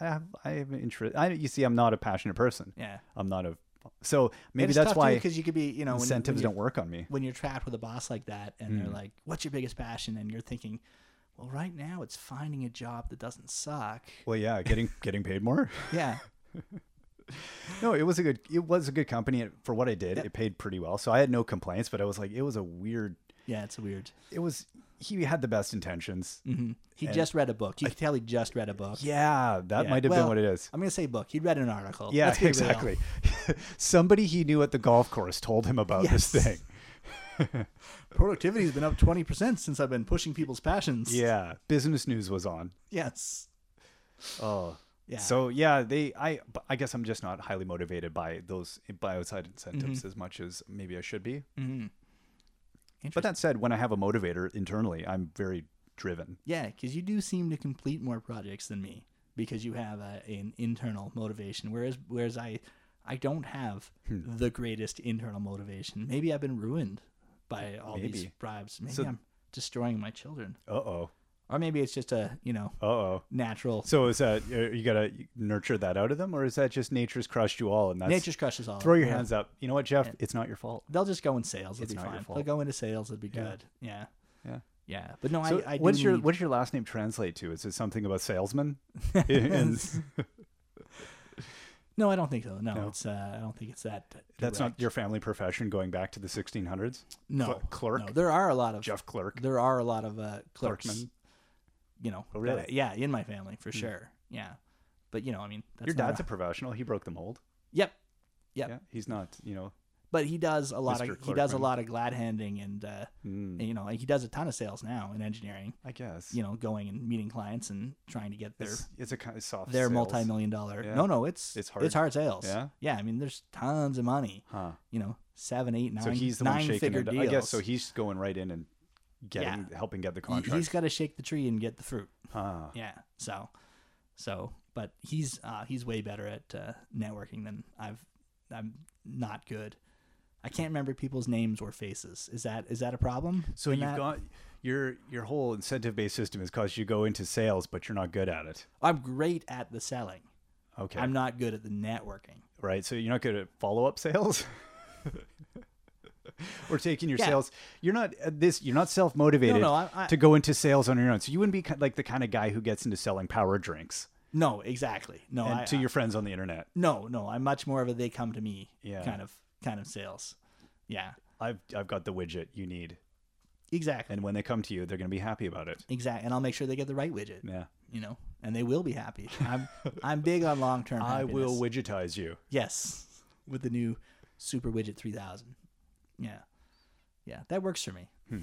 A: I have, I have an interest. I, you see, I'm not a passionate person.
B: Yeah,
A: I'm not a. So maybe that's why
B: because you could be you know when, you-
A: incentives
B: when
A: don't
B: you-
A: work on me.
B: when you're trapped with a boss like that and
A: Hmm.
B: they're like, "What's your biggest passion?" and you're thinking, "Well, right now it's finding a job that doesn't suck."
A: Well, yeah, getting getting paid more. <laughs>
B: Yeah,
A: No, it was a good it was a good company and for what I did. It paid pretty well, so I had no complaints. But I was like, it was a weird.
B: yeah, it's weird.
A: It was he had the best intentions.
B: Mm-hmm. He just read a book. You could tell he just read a book.
A: Yeah, that
B: Yeah.
A: might have
B: Well,
A: been what it is.
B: I'm gonna say book. He read an article.
A: Yeah,
B: Let's be real.
A: exactly. <laughs> Somebody he knew at the golf course told him about this
B: Yes.
A: thing.
B: Productivity's been up twenty percent since I've been pushing people's passions.
A: <laughs> Yeah, business news was on.
B: Yes.
A: Oh,
B: Yeah.
A: So yeah, they I but I guess I'm just not highly motivated by those by outside incentives as much as maybe I should be.
B: Mhm.
A: But that said, when I have a motivator internally, I'm very driven.
B: Yeah, because you do seem to complete more projects than me because you have a, an internal motivation, whereas whereas I I don't have
A: Hmm.
B: the greatest internal motivation. Maybe I've been ruined by all these
A: Maybe.
B: bribes. Maybe
A: So-
B: I'm destroying my children,
A: Uh oh.
B: or maybe it's just a you know
A: Uh oh.
B: natural
A: So is that uh, you gotta nurture that out of them, or is that just nature's crushed you all? And that's
B: nature's crushes all.
A: throw your
B: Yeah.
A: hands up. You know what, Jeff? It's not your fault.
B: They'll just go in sales. It'll
A: It's
B: be
A: not your
B: fine.
A: fault.
B: They'll go into sales. It'll be good. Yeah.
A: Yeah.
B: Yeah. But no,
A: So
B: I, I.
A: what's
B: do
A: your
B: need-
A: what's your last name translate to? Is it something about <laughs> salesman? And
B: No, I don't think so. No,
A: No.
B: it's. Uh, I don't think it's that.
A: that's not
B: direct.
A: your family profession going back to the 1600s.
B: No
A: cl- clerk?
B: No, there are a lot of
A: Jeff Clerk,
B: there are a lot of uh, clerks,
A: Clerkman.
B: you know.
A: Oh, really? Hmm.
B: that- yeah, in my family for sure. Yeah, but you know, I mean, that's
A: your
B: not
A: dad's
B: a-
A: a professional. He broke the mold.
B: yep,
A: Yeah, he's not. You know,
B: but he does a lot
A: Mr.
B: of he does a
A: Clerkman.
B: lot of glad handing and, uh,
A: mm,
B: and, you know he does a ton of sales now in engineering.
A: I guess.
B: You know, going and meeting clients and trying to get their
A: it's, it's a kind of soft.
B: their
A: sales.
B: multi million dollar.
A: Yeah.
B: No, no, it's
A: It's
B: it's
A: hard.
B: hard. It's hard sales.
A: Yeah?
B: yeah. I mean, there's tons of money.
A: Huh.
B: You know, seven, eight, nine.
A: So he's the one
B: nine
A: shaking.
B: figure
A: It. I guess so.
B: deals.
A: He's going right in and getting helping get the contract.
B: he's got to shake the tree and get the fruit.
A: huh.
B: Yeah. So, so, but he's uh, he's way better at uh, networking than I've. I'm not good. I can't remember people's names or faces. Is that is that a problem?
A: So
B: in
A: you've
B: that?
A: got your your whole incentive based system has caused you to go into sales, but you're not good at it.
B: I'm great at the selling.
A: Okay,
B: I'm not good at the networking.
A: right. So you're not good at follow up <laughs> sales. or taking your
B: Yeah.
A: sales, you're not uh, this. You're not self motivated
B: No, no, I- I-
A: to go into sales on your own. So you wouldn't be ki- like the kind of guy who gets into selling power drinks
B: No, exactly. No,
A: and
B: I,
A: to
B: I-
A: your friends on the internet.
B: no, no. I'm much more of a they come to me
A: Yeah.
B: kind of kind of sales. Yeah,
A: I've I've got the widget you need,
B: exactly,
A: and when they come to you, they're going to be happy about it.
B: exactly. And I'll make sure they get the right widget.
A: Yeah,
B: You know, and they will be happy.
A: <laughs>
B: I'm I'm big on long term.
A: I will widgetize you.
B: Yes, with the new Super Widget 3000. Yeah, yeah, that works for me.
A: Hmm.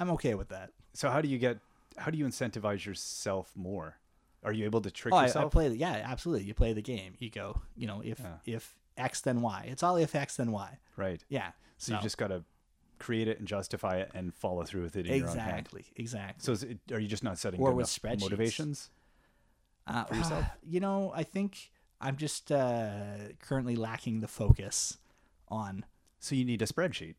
B: I'm okay with that.
A: So how do you get? How do you incentivize yourself more? Are you able to trick
B: Oh, I, I
A: yourself?
B: play the yeah, absolutely. You play the game. You go, you know, if
A: Yeah.
B: if X then Y. It's all if X then Y.
A: right.
B: Yeah.
A: So you just got to create it and justify it and follow through with it in your own hand.
B: exactly exactly.
A: So is it, are you just not setting
B: Or
A: good
B: with
A: enough
B: spreadsheets.
A: motivations?
B: uh, for
A: yourself?
B: <sighs> You know, I think I'm just uh, currently lacking the focus on.
A: So you need a spreadsheet.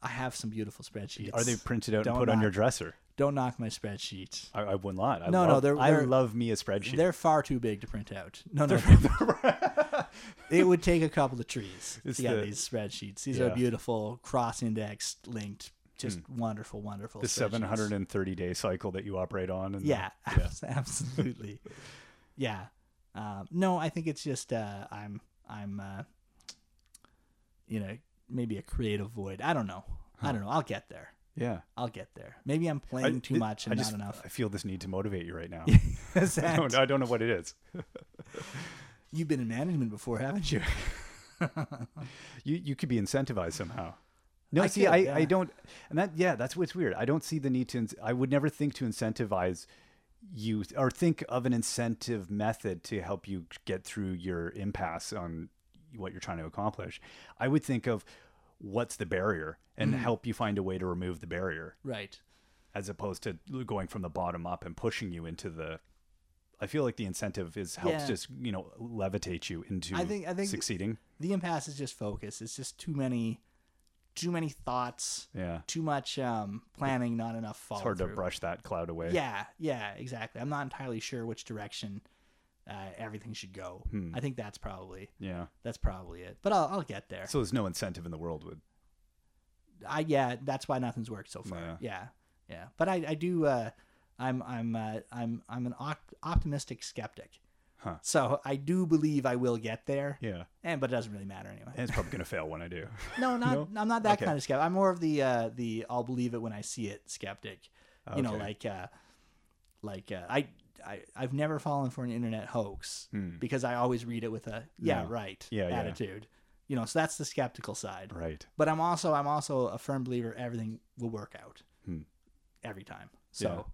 B: I have some beautiful spreadsheets.
A: Are they printed out and
B: Don't
A: put on
B: knock-
A: your dresser?
B: Don't knock my spreadsheet.
A: I, I would not. I
B: No, no,
A: love,
B: they're-
A: I
B: they're-
A: love me a spreadsheet.
B: They're far too big to print out. No, no,
A: <laughs>
B: it would take a couple of trees
A: It's
B: to get
A: the-
B: these spreadsheets. These
A: Yeah. Hmm.
B: are beautiful, cross-indexed, linked, just wonderful, wonderful.
A: the
B: spreadsheets.
A: 730 day cycle that you operate on. And <laughs>
B: Yeah, abs- absolutely. yeah. Um, no, I think it's just uh, I'm I'm uh, you know maybe a creative void. I don't know. I don't know. I'll get there.
A: Yeah.
B: I'll get there. Maybe I'm playing too
A: it-
B: much and
A: I
B: not
A: just,
B: enough.
A: I feel this need to motivate you right
B: <laughs>
A: now. <laughs>
B: Is
A: I,
B: that- <laughs>
A: don't, I don't know what it is.
B: You've been in management before, haven't you? <laughs>
A: You you could be incentivized somehow. No,
B: I
A: see,
B: could,
A: I, I
B: yeah.
A: don't, and that yeah, that's what's weird. I don't see the need to. ins- I would never think to incentivize you or think of an incentive method to help you get through your impasse on what you're trying to accomplish.
B: Mm.
A: I would think of what's the barrier and help you find a way to remove the barrier.
B: right.
A: as opposed to going from the bottom up and pushing you into the. I feel like the incentive is helps
B: Yeah.
A: just you know levitate you into
B: I think- I think-
A: succeeding.
B: The impasse is just focus. It's just too many, too many thoughts,
A: Yeah,
B: too much um, planning, not enough follow
A: it's hard to brush that cloud away.
B: Yeah, yeah, exactly. I'm not entirely sure which direction uh, everything should go.
A: Hmm.
B: I think that's probably
A: yeah.
B: that's probably it. But I'll, I'll get there.
A: So there's no incentive in the world would
B: I yeah, that's why nothing's worked so far.
A: Yeah.
B: Yeah, yeah. But I, I do. Uh, I'm I'm uh, I'm I'm an op- optimistic skeptic.
A: Huh.
B: So I do believe I will get there.
A: yeah,
B: And but it doesn't really matter anyway.
A: and it's probably gonna fail when I do.
B: No, not I'm not that
A: Okay.
B: kind of skeptic. I'm more of the uh, the I'll believe it when I see it skeptic. <laughs> You know,
A: Okay.
B: like uh, like uh, I. I, I've never fallen for an internet hoax
A: Hmm.
B: because I always read it with a yeah
A: Yeah.
B: right
A: Yeah, yeah.
B: attitude, you know. So that's the skeptical side.
A: Right.
B: But I'm also I'm also a firm believer everything will work out
A: Hmm.
B: every time. So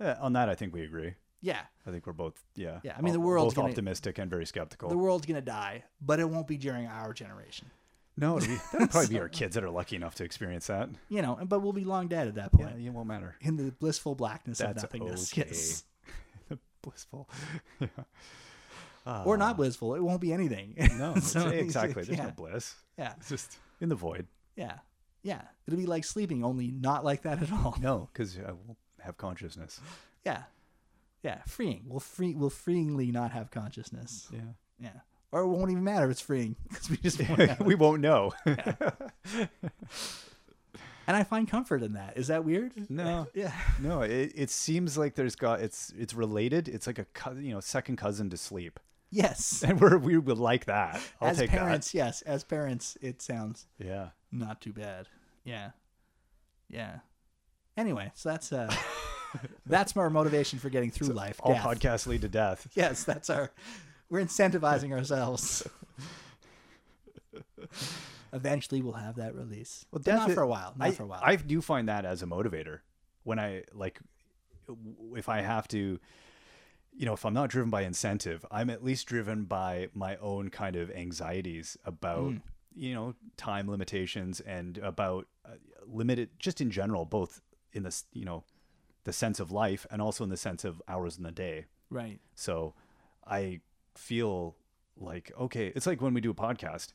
A: Uh, on that, I think we agree.
B: yeah,
A: I think we're both yeah.
B: Yeah, I mean, the
A: al-
B: world's
A: both
B: gonna-
A: optimistic and very skeptical.
B: the world's gonna die, but it won't be during our generation. <laughs>
A: no, it'll be, that'll probably be our kids that are lucky enough to experience that.
B: You know, and- but we'll be long dead at that
A: Yeah,
B: point
A: it won't matter.
B: in the blissful blackness
A: That's
B: of nothingness. <laughs>
A: okay.
B: Yes.
A: Blissful. <laughs> yeah.
B: <laughs>
A: Uh-huh. Ah,
B: or not blissful. It won't be anything. <laughs>
A: <laughs> No, it's-
B: So it's-
A: exactly. There's
B: yeah,
A: no bliss.
B: yeah,
A: It's just in the void.
B: yeah, yeah. It'll be like sleeping, only not like that at all. <laughs>
A: No, because I will have consciousness.
B: Yeah, yeah. Freeing. We'll free. We'll freeingly not have consciousness.
A: Yeah.
B: Yeah. Or it won't even matter if it's freeing <laughs> because we just won't have
A: <laughs>
B: it.
A: we won't
B: <laughs>
A: know.
B: and I find comfort in that. Is that weird?
A: No.
B: <laughs> Yeah.
A: no, it, it seems like there's got it's it's related. It's like a cou- you know second cousin to sleep, <laughs>
B: Yes.
A: and we're we would like that. I'll
B: as
A: take
B: parents, yes. As parents, it sounds
A: that. Yeah.
B: not too bad. Yeah. Yeah. Anyway, so that's
A: <laughs>
B: uh that's our motivation for getting through life.
A: All
B: death.
A: podcasts lead to death.
B: <laughs> Yes, that's our we're incentivizing
A: <laughs>
B: ourselves. Eventually we'll have that release.
A: Well,
B: Well, not
A: death-
B: for a while. Not
A: I,
B: for a while.
A: I do find that as a motivator when I like, w- if I have to, you know, if I'm not driven by incentive, I'm at least driven by my own kind of anxieties about,
B: Mm.
A: you know, time limitations and about uh, limited, just in general, both in this, you know, the sense of life and also in the sense of hours in the day.
B: right.
A: So I feel like, okay, it's like when we do a podcast,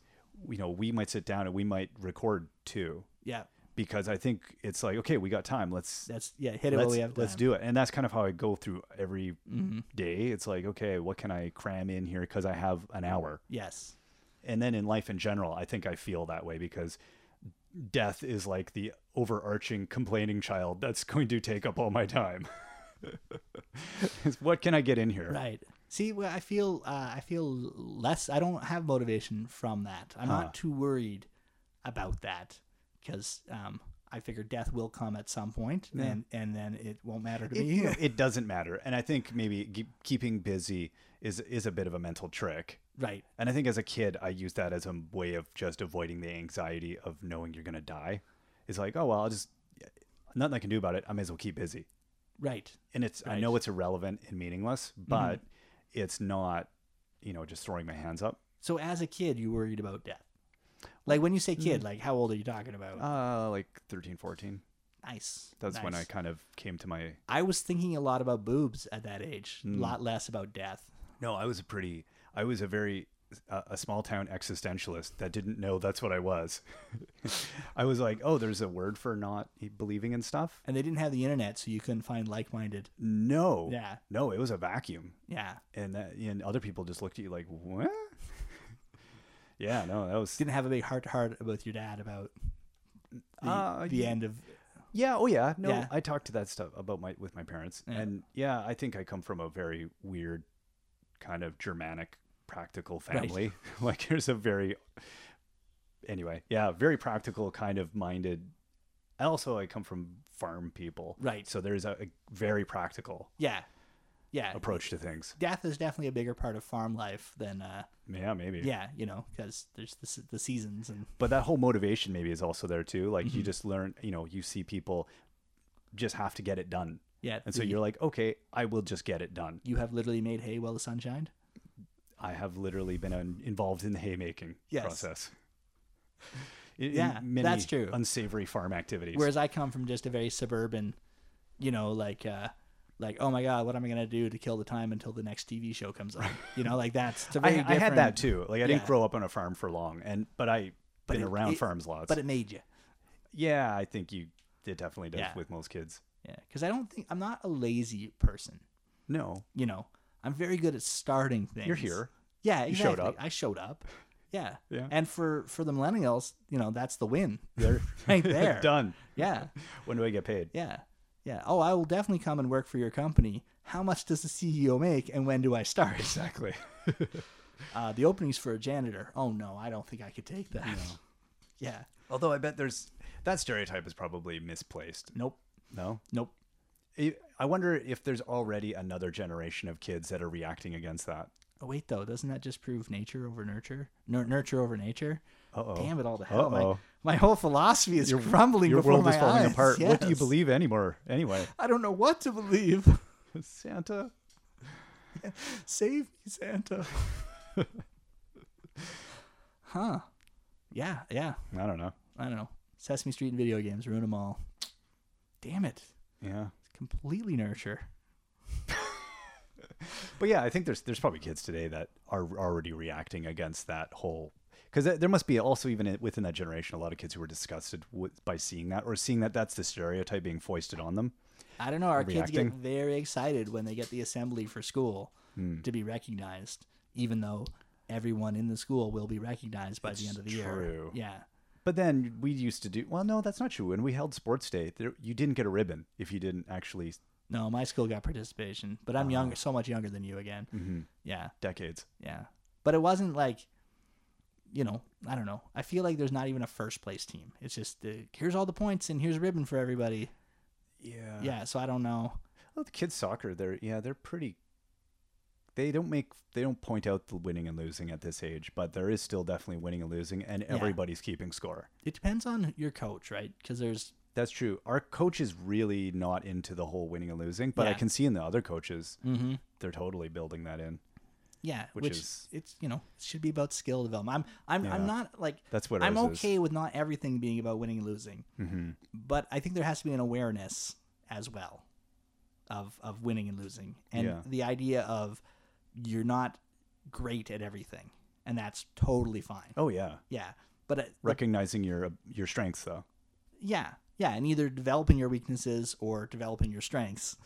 A: you know, we might sit down and we might record two
B: Yeah.
A: because I think it's like, okay, we got time. Let's
B: That's yeah, hit it while
A: let's,
B: we have Mm-hmm.
A: let's
B: time.
A: do it. And that's kind of how I go through every day. It's like, okay, what can I cram in here because I have an hour.
B: Yes.
A: And then in life in general, I think I feel that way because death is like the overarching complaining child that's <laughs> going to take up all my time. <laughs> It's, what can I get in here?
B: Right. See, well, I feel uh, I feel less. I don't have motivation from that. I'm
A: Huh.
B: not too worried about that because um, I figure death will come at some point, and and then it won't matter to
A: it,
B: me. <laughs>
A: you know, it doesn't matter. And I think maybe keep, keeping busy is is a bit of a mental trick.
B: right.
A: And I think as a kid, I used that as a way of just avoiding the anxiety of knowing you're gonna die. It's like, oh well, I'll just nothing I can do about it. I may as well keep busy.
B: Right.
A: And it's I
B: Right.
A: know it's irrelevant and meaningless, but it's not, you know, just throwing my hands up.
B: So as a kid, you worried about death. Like when you say kid, like how old are you talking about?
A: Mm. Uh, like 13, 14.
B: nice.
A: That's when I
B: nice.
A: kind of came to my.
B: I was thinking a lot about boobs at that age.
A: Mm.
B: A lot less about death.
A: No, I was a pretty. I was a very uh, a small town existentialist that didn't know that's what I was. <laughs> I was like, oh, there's a word for not e-, believing in stuff.
B: And they didn't have the internet, so you couldn't find like-minded.
A: No.
B: Yeah.
A: No, it was a vacuum,
B: Yeah.
A: and that, and other people just looked at you like, what? <laughs> yeah, no, that was.
B: Didn't have a big heart-to-heart with your dad about the,
A: Uh,
B: the end of
A: Yeah, oh yeah, no,
B: Yeah.
A: I talked to that stuff about my with my parents,
B: Yeah.
A: and yeah, I think I come from a very weird, kind of Germanic, practical family. <laughs> like, there's a very, anyway, yeah, very practical kind of minded. And Also, I come from farm people,
B: Right.
A: So there's a, a very practical
B: Yeah. Yeah.
A: approach to things.
B: Death is definitely a bigger part of farm life than, uh,
A: Yeah, maybe.
B: yeah, you know, because there's the, se- the seasons and
A: but that whole motivation maybe is also there too
B: Mm-hmm.
A: like you just learn you know you see people just have to get it done
B: yeah.
A: and so
B: the-
A: you're like okay i will just get it done
B: you have literally made hay while the sun shined.
A: i have literally been un- involved in the haymaking
B: Yes. <laughs>
A: process In- in
B: Yeah,
A: many
B: that's true.
A: unsavory farm activities
B: Whereas I come from just a very suburban you know, like uh like oh my god, what am I gonna do to kill the time until the next TV show comes
A: <laughs>
B: on? You know, like that's it's a very
A: I, I had that
B: different-
A: too. Like I
B: Yeah.
A: didn't grow up on a farm for long, and but I
B: But
A: been
B: it-
A: around
B: it-
A: farms lots.
B: But it made you.
A: yeah, I think you it definitely does
B: Yeah.
A: with most kids.
B: Yeah, because I don't think I'm not a lazy person.
A: No, <laughs>
B: You know, I'm very good at starting things.
A: you're here.
B: Yeah,
A: You showed
B: exactly.
A: up.
B: I showed up. Yeah.
A: Yeah.
B: And for for the millennials, you know, that's the win. They're
A: <laughs>
B: right there.
A: Done.
B: Yeah.
A: When do I get paid?
B: Yeah. Yeah. Oh, I will definitely come and work for your company. How much does the CEO make, and when do I
A: <laughs>
B: start?
A: Exactly.
B: <laughs> Uh, the openings for a janitor. Oh no, I don't think I could take that. <laughs> yeah.
A: Although I bet there's that stereotype is probably misplaced.
B: Nope.
A: No,
B: Nope.
A: I I wonder if there's already another generation of kids that are reacting against that.
B: Oh wait, though, doesn't that just prove nature over nurture? Nur- nurture over nature.
A: Uh-oh.
B: Damn it all to hell! My,
A: Uh-oh.
B: my whole philosophy is crumbling.
A: Your
B: before
A: world is
B: my
A: falling
B: eyes.
A: apart. What do you
B: Yes.
A: believe anymore? Anyway, <laughs>
B: I don't know what to believe.
A: Santa.
B: Save me,
A: <laughs>
B: Santa. huh? Yeah. Yeah.
A: I don't know.
B: I don't know. Sesame Street and video games ruin them all. Damn it.
A: Yeah.
B: Completely nurture.
A: But yeah, I think there's there's probably kids today that are already reacting against that whole because there must be also even i- within that generation a lot of kids who were disgusted with, by seeing that or seeing that that's the stereotype being foisted on them.
B: I don't know. Our kids get
A: Reacting. Hmm.
B: very excited when they get the assembly for school to be recognized, even though everyone in the school will be recognized by the
A: It's
B: end of the year.
A: true.
B: Yeah.
A: But then we used to do well. No, that's not true. When we held sports day, there, you didn't get a ribbon if you didn't actually
B: No, my school got participation, but I'm
A: Ah.
B: younger, so much younger than you again. Yeah.
A: mm-hmm, decades.
B: Yeah. But it wasn't like, you know, I don't know. I feel like there's not even a first place team. It's just the, here's all the points and here's a ribbon for everybody.
A: Yeah.
B: Yeah. So I don't know.
A: Well, the kids soccer, they're yeah, they're pretty. They don't make they don't point out the winning and losing at this age, but there is still definitely winning and losing, and everybody's keeping score.
B: It depends on your coach, right? Because there's
A: That's true. Our coach is really not into the whole winning and losing, but I
B: Yeah.
A: can see in the other coaches, they're totally building that in.
B: yeah,
A: Mm-hmm.
B: which,
A: Which is-
B: it's you know it should be about skill development. I'm I'm I'm
A: Yeah.
B: not like
A: That's what
B: I'm
A: ours is. Mm-hmm.
B: okay with not everything being about winning and losing, but I think there has to be an awareness as well of of winning and losing, and
A: Yeah.
B: the idea of you're not great at everything, and that's totally fine.
A: Oh yeah,
B: Yeah, but uh, the
A: recognizing your your strengths though.
B: yeah yeah and either developing your weaknesses or developing your strengths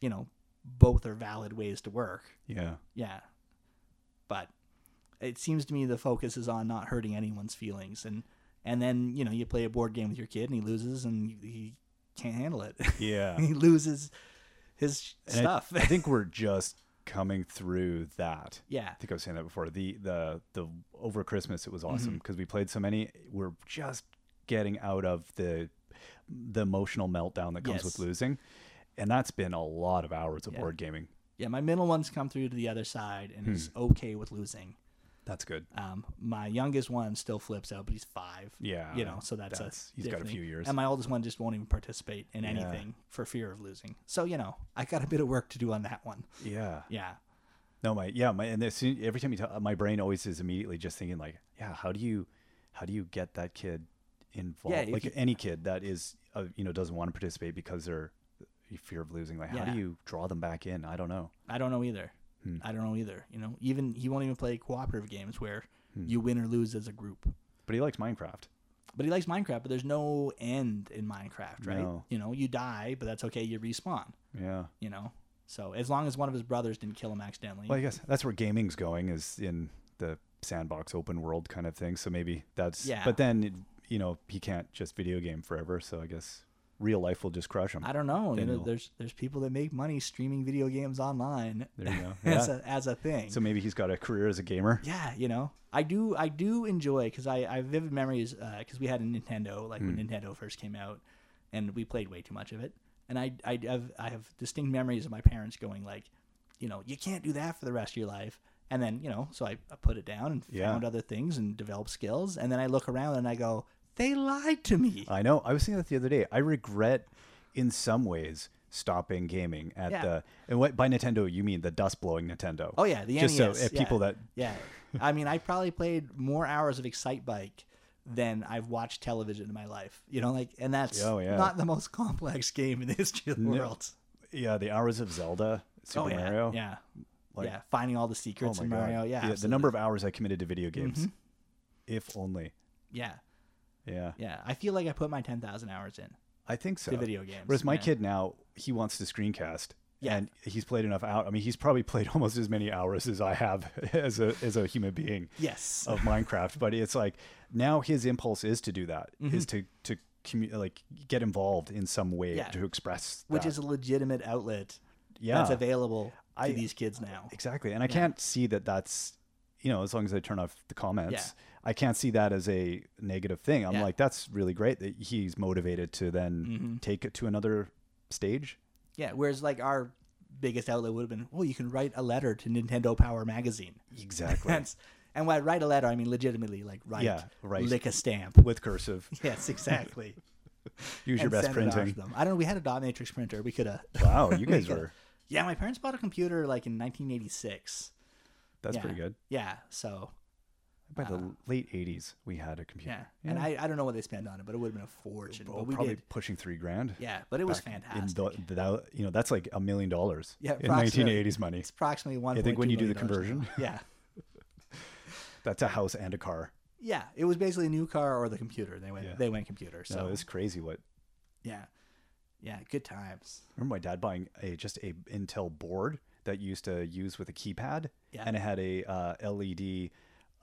B: you know both are valid ways to work <laughs>
A: Yeah,
B: yeah but it seems to me the focus is on not hurting anyone's feelings and and then you know you play a board game with your kid and he loses and he can't handle it <laughs>
A: yeah.
B: he loses his sh-
A: And I-
B: stuff <laughs>
A: I, think we're just coming through that.
B: yeah
A: I think I was saying that before. The the the over Christmas it
B: Mm-hmm.
A: was awesome because we played so many. We're just getting out of the the emotional meltdown that comes
B: Yes.
A: with losing, and that's been a lot of hours of
B: Yeah.
A: board gaming.
B: yeah my middle one's come through to the other side and is
A: Hmm.
B: okay with losing
A: That's good.
B: um my youngest one still flips out but he's five
A: Yeah,
B: you know, so that's,
A: that's-
B: a
A: he's got a
B: different-
A: few years.
B: And my oldest one just won't even participate in anything for fear of losing. So you know, I got a bit of work to do on that one.
A: Yeah.
B: Yeah,
A: No, my yeah, my and as soon, every time you tell, my brain always is immediately just thinking like, yeah, how do you, how do you get that kid involved?
B: if
A: like
B: you-
A: any kid that is, uh, you know, doesn't want to participate because they're fear of losing. Like, how
B: Yeah.
A: do you draw them back in? I don't know.
B: I don't know either.
A: Hmm.
B: I don't know either. You know, even he won't even play cooperative games where
A: Hmm.
B: you win or lose as a group.
A: But he likes Minecraft.
B: But he likes Minecraft. But there's no end in Minecraft, right?
A: No.
B: You know, you die, but that's okay. You respawn.
A: Yeah.
B: You know, so as long as one of his brothers didn't kill him accidentally.
A: Well, I guess that's where gaming's going is in the sandbox open world kind of thing. So maybe that's
B: Yeah.
A: But then you know he can't just video game forever. So I guess real life will just crush him.
B: I don't know. You
A: Then
B: know,
A: you'll-
B: there's there's people that make money streaming video games online
A: There you go.
B: <laughs> as
A: Yeah.
B: a as a thing.
A: So maybe he's got a career as a gamer.
B: yeah you know i do i do enjoy because I, I have vivid memories because we had a nintendo like
A: Hmm.
B: when nintendo first came out and we played way too much of it and i i have i have distinct memories of my parents going like you know you can't do that for the rest of your life and then you know so i, I put it down and
A: Yeah.
B: found other things and developed skills and then i look around and i go they lied to me
A: I know. I was thinking that the other day. I regret, in some ways, stopping gaming at
B: Yeah.
A: the and what by Nintendo you mean the dust blowing Nintendo.
B: oh yeah the
A: just
B: NES,
A: so uh,
B: yeah.
A: people that
B: yeah i mean i probably played more hours of excitebike than I've watched television in my life. You know, like, and that's
A: Oh, yeah.
B: not the most <laughs> complex game in the history of the
A: No.
B: world.
A: Yeah, the hours of Zelda, Super
B: oh yeah,
A: Mario.
B: yeah,
A: Like-
B: yeah. Finding all the
A: Oh
B: secrets
A: my
B: in
A: god.
B: Mario. Yeah,
A: the number of hours I committed to video games.
B: Mhm.
A: If only.
B: yeah,
A: Yeah.
B: yeah. I feel like I put my ten thousand hours in
A: I think so.
B: to video games.
A: Whereas my
B: yeah.
A: kid now, he wants to screencast.
B: Yeah.
A: And he's played enough out. I mean, he's probably <laughs> played almost as many hours as I have <laughs> as a as a human being
B: yes,
A: of Minecraft. But it's like now his impulse is to do that, is to to commu- like get involved in some way
B: Mm-hmm. Yeah.
A: to express.
B: which
A: that.
B: is a legitimate outlet
A: yeah,
B: that's available to
A: I-
B: these kids now.
A: exactly. And I can't see that that's you know as long as I turn off the comments, I can't see that as a negative thing. I'm
B: Yeah. Mm-hmm.
A: like, that's really great that he's motivated to then take it to another
B: <laughs>
A: stage.
B: Yeah. Whereas like our biggest outlet would have been, well, you can write a letter to Nintendo Power Magazine.
A: Exactly.
B: That's and by write a letter, I mean legitimately, like write,
A: Yeah, right.
B: lick a stamp. <laughs>
A: With cursive.
B: Yes, exactly.
A: <laughs> Use your
B: <laughs> and
A: best
B: send it off to
A: printing.
B: them. I don't know. We had a dot matrix printer. We could have.
A: Wow, you guys
B: coulda-
A: were.
B: <laughs> Yeah, my parents bought a computer like in 1986.
A: That's
B: yeah.
A: pretty good.
B: Yeah, so
A: By the late '80s, we had a computer.
B: yeah, and I, I don't know what they spent on it, but it would have been a fortune.
A: Oh,
B: but we
A: probably
B: did.
A: pushing three grand.
B: Yeah, but it was
A: back
B: fantastic.
A: In the, that, you know, that's like a million dollars.
B: Yeah,
A: in
B: approximately.
A: 1980s money,
B: it's approximately one.
A: I think when you do the conversion, <laughs>
B: Yeah,
A: that's a house and a car.
B: yeah, it was basically a new car or the computer. They went
A: Yeah.
B: they went computer. So
A: No, it's crazy. What
B: yeah, yeah, good times.
A: remember my dad buying a just a Intel board that you used to use with a keypad,
B: Yeah.
A: and it had a uh, LED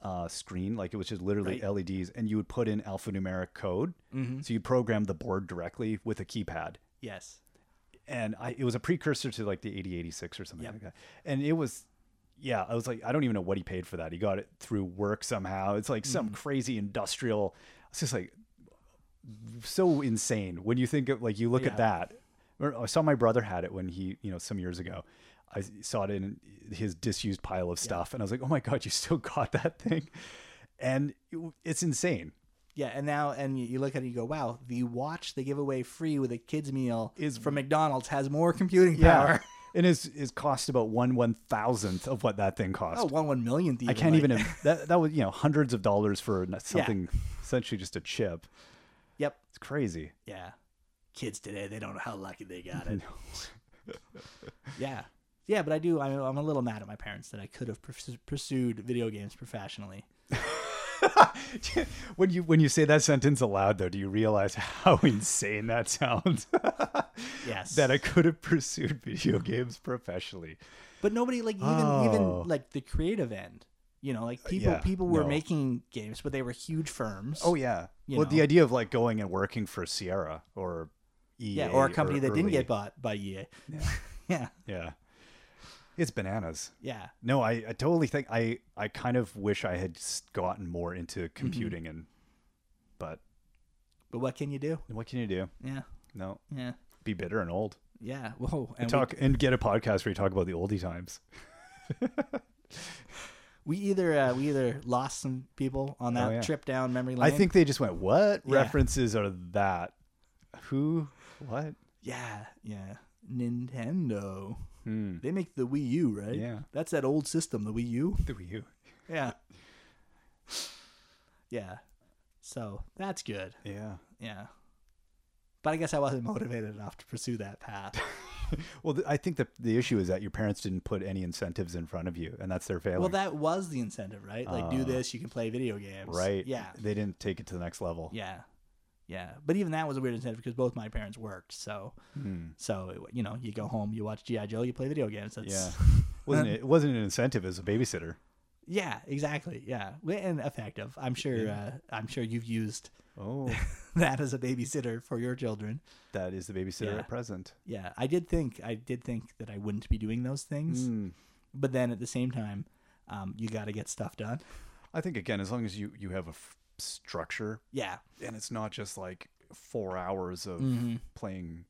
A: uh, screen, like it was just literally
B: Right. Mm-hmm.
A: LEDs, and you would put in alphanumeric code, so you program the board directly with a keypad.
B: Yes,
A: and I, it was a precursor to like the 8086 or something like that. And it was, yeah, I was like, I don't even know what he paid for that. He got it through work somehow. It's like some crazy industrial. It's just like so insane when you think of like you look
B: Yeah.
A: at that. Or I saw my brother had it when he, you know, some years ago. I saw it in his disused pile of stuff, and I was like, oh my god, you still got that thing, and it, it's insane.
B: yeah, and now and you- you look at it, and you go, wow, the watch they give away free with a kids meal
A: Is-
B: from McDonald's has more <laughs> computing
A: Yeah.
B: power.
A: And it's, it's cost about one one thousandth of what that thing cost.
B: Oh, one one millionth.
A: I can't
B: like-
A: even.
B: <laughs>
A: im- that that was you know hundreds of dollars for n- something essentially just a chip.
B: Yep.
A: It's crazy.
B: Yeah. Kids today, they don't know how lucky they
A: <laughs>
B: got it. yeah. Yeah, but I do. I'm, I'm a little mad at my parents that I could have pers- pursued video games professionally.
A: <laughs> when you when you say that sentence aloud, though, do you realize how <laughs> insane that sounds? <laughs>
B: Yes.
A: that I could have pursued video games professionally.
B: but nobody like even
A: Oh. Uh,
B: even like the creative end. You know, like people
A: yeah,
B: people were
A: no.
B: making games, but they were huge firms.
A: Oh yeah.
B: You
A: well, the
B: know.
A: idea of like going and working for Sierra or E EA
B: yeah, or a company that didn't
A: early-
B: get bought by EA. Yeah. <laughs> yeah.
A: yeah, it's bananas.
B: Yeah.
A: No, I, I totally think I I kind of wish I had s- gotten more into
B: Mm-hmm.
A: computing and, but
B: But what can you do?
A: what can you do?
B: Yeah.
A: No,
B: Yeah.
A: be bitter and old.
B: Yeah. <laughs> Whoa. And we-
A: Talk and get a podcast where you talk about the oldie times.
B: we, either uh, we either lost some people on that
A: Oh, yeah.
B: trip down memory lane.
A: I think they just went, "What
B: Yeah.
A: references are that? Who? What?
B: Yeah, yeah. Nintendo.
A: Hmm.
B: They make the Wii U, right?
A: Yeah.
B: That's that old system, the Wii U.
A: The Wii U."
B: Yeah. yeah. So that's good.
A: Yeah.
B: Yeah. But I guess I wasn't motivated enough to pursue
A: <laughs>
B: that path.
A: Well, th- I think the the issue is that your parents didn't put any incentives in front of you, and that's their failing.
B: well, that was the incentive, right? Like, do
A: Uh,
B: this, you can play video games.
A: right?
B: Yeah.
A: They didn't take it to the next level.
B: Yeah. Yeah. But even that was a weird incentive because both my parents worked. So,
A: Hmm.
B: so it- you know, you go home, you watch G.I. Joe, you play video games. That's,
A: Mm-hmm. Yeah. Wasn't it, it wasn't an incentive as a babysitter.
B: <laughs> Yeah, exactly. Yeah, Well, and effective. I'm sure. Uh, I'm sure you've used <laughs>
A: Oh,
B: that as a babysitter for your children.
A: <laughs> that is the babysitter
B: Yeah.
A: at present.
B: Yeah, I did think. I did think that I wouldn't be doing those things,
A: Hmm.
B: but then at the same time, um, you got to get stuff done.
A: I think again, as long as you you have a f- structure
B: Yeah,
A: and it's not just like four hours of
B: Mhm.
A: playing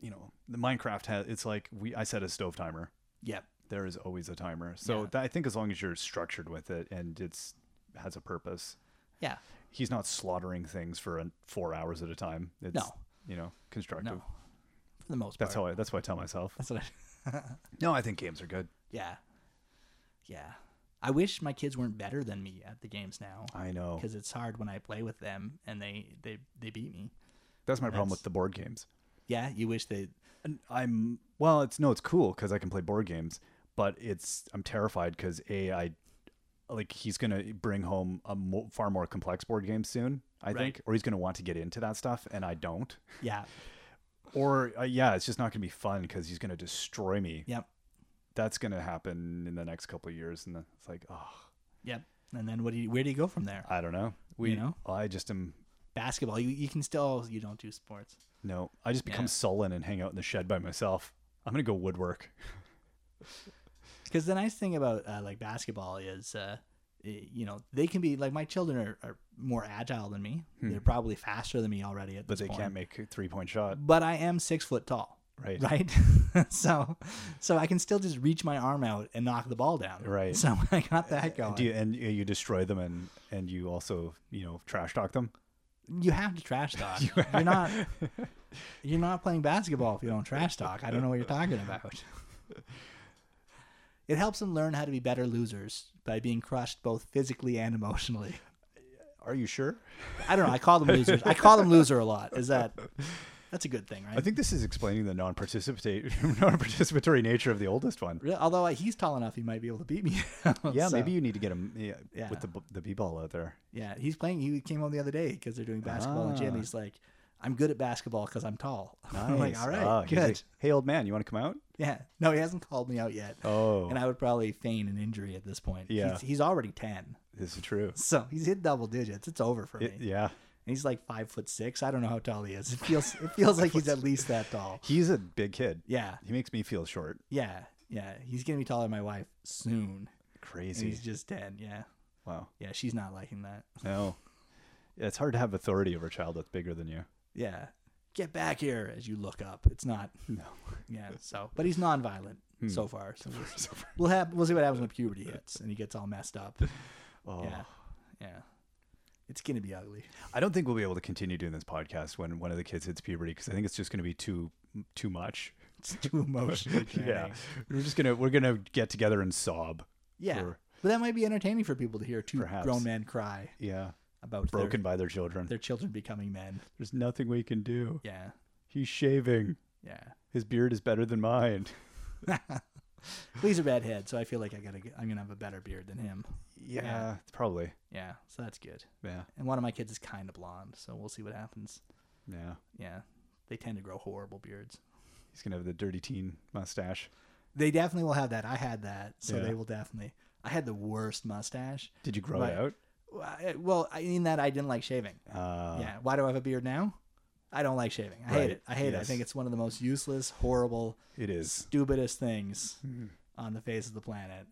A: you know the minecraft has it's like we i set a stove timer
B: yep,
A: there is always a timer so
B: Yeah.
A: that, i think as long as you're structured with it and it's has a purpose
B: yeah.
A: he's not slaughtering things for an, four hours at a time it's
B: No.
A: you know constructive
B: No, for the most
A: that's
B: part.
A: how i
B: <laughs>
A: that's what i tell myself
B: That's what. I,
A: no i think games are good
B: yeah, yeah. I wish my kids weren't better than me at the games now
A: I know.
B: because it's hard when I play with them and they they they beat me.
A: That's my problem
B: that's-
A: with the board games.
B: Yeah, you wish they.
A: And I'm well. It's no. It's cool because I can play board games, but it's I'm terrified because a I like he's gonna bring home a mo- far more complex board game soon. I
B: Right.
A: think, or he's gonna want to get into that stuff, and I don't.
B: Yeah,
A: Or uh, yeah, it's just not gonna be fun because he's gonna destroy me.
B: yep,
A: That's gonna happen in the next couple of years, and it's like, oh,
B: yep. And then what do you? Where do you go from there?
A: I don't know. We
B: You know?
A: I just am
B: Basketball. You you can still you don't do sports.
A: no. I just become
B: Yeah.
A: sullen and hang out in the shed by myself. I'm gonna go woodwork.
B: Because the nice thing about uh, like basketball is, uh, i- you know, they can be like my children are, are more agile than me. They're probably faster than me already at
A: Hmm. But
B: this
A: they
B: point.
A: can't make a three point shot.
B: But I am six foot tall,
A: Right.
B: right? <laughs> so, so I can still just reach my arm out and knock the ball down.
A: Right. Uh,
B: So <laughs> I got that going.
A: Do you, and you- you destroy them and and you also you know trash talk them.
B: you have to
A: <laughs>
B: trash talk. you are not. You're not playing basketball if you don't trash talk. I don't know what you're talking about. It helps them learn how to be better losers by being crushed both physically and emotionally.
A: Are you sure?
B: I don't know. I call them losers. I call them loser a lot. Is that that's a good thing, right?
A: I think this is explaining the non-participate <laughs> non-participatory nature of the oldest one.
B: Really? Although uh, he's tall enough, he might be able to beat me. <laughs>
A: Yeah,
B: So,
A: maybe you need to get him yeah,
B: Yeah.
A: with the b- the b-ball out there.
B: Yeah, he's playing. He came home the other day because they're doing basketball in the gym.
A: Ah.
B: He's like, "I'm good at basketball because I'm tall." <laughs> I'm like,
A: Nice.
B: "All right,
A: Ah, he's
B: good."
A: like, hey, old man, you want to come out?
B: yeah. No, he hasn't called me out yet,
A: Oh,
B: and I would probably feign an injury at this point.
A: Yeah.
B: He's, he's already ten, <laughs>
A: this is true.
B: so he's hit double digits. It's over for me.
A: It- yeah,
B: And he's like five foot six. I don't know how tall he is. It feels it feels like he's at least that tall.
A: he's a big kid.
B: Yeah.
A: He makes me feel short.
B: Yeah, yeah. He's gonna be taller than my wife soon. And
A: Crazy.
B: he's just ten. Yeah,
A: Wow.
B: yeah. She's not liking that.
A: No, it's hard to have authority over a child that's bigger than you.
B: Yeah, get back here as you look up. It's not.
A: No.
B: Yeah. So, but he's nonviolent so far. So we'll,
A: Hmm. So far.
B: we'll have we'll see what happens when puberty hits and he gets all messed up.
A: Oh.
B: Yeah, yeah. It's gonna be ugly.
A: I don't think we'll be able to continue doing this podcast when one of the kids hits puberty because I think it's just going to be too too much.
B: It's too emotional.
A: <laughs> Yeah, we're just gonna we're gonna get together and sob.
B: Yeah.
A: Or-
B: but that might be entertaining for people to hear two
A: Perhaps.
B: grown men cry
A: Yeah,
B: about their-
A: broken by their children.
B: their children becoming men.
A: There's nothing we can do.
B: Yeah.
A: He's shaving.
B: Yeah. <laughs>
A: His beard is better than mine.
B: Lee's a redhead, so I feel like I gotta I'm gonna have a better beard than him.
A: Yeah, probably.
B: Yeah, so that's good.
A: Yeah,
B: And one of my kids is kind of blonde, so we'll see what happens.
A: yeah.
B: Yeah, they tend to grow horrible beards.
A: He's gonna have the dirty teen mustache.
B: They definitely will have that. I had that, so
A: Yeah.
B: they will definitely. I had the worst mustache.
A: Did you grow
B: Right.
A: it out?
B: Well, I- Well, I mean that I didn't like shaving.
A: Uh,
B: yeah. Why do I have a beard now? I don't like shaving. I
A: Right,
B: hate it. I hate it. I
A: yes.
B: think it's one of the most useless, horrible,
A: It is. Hmm.
B: stupidest things on the face of the planet.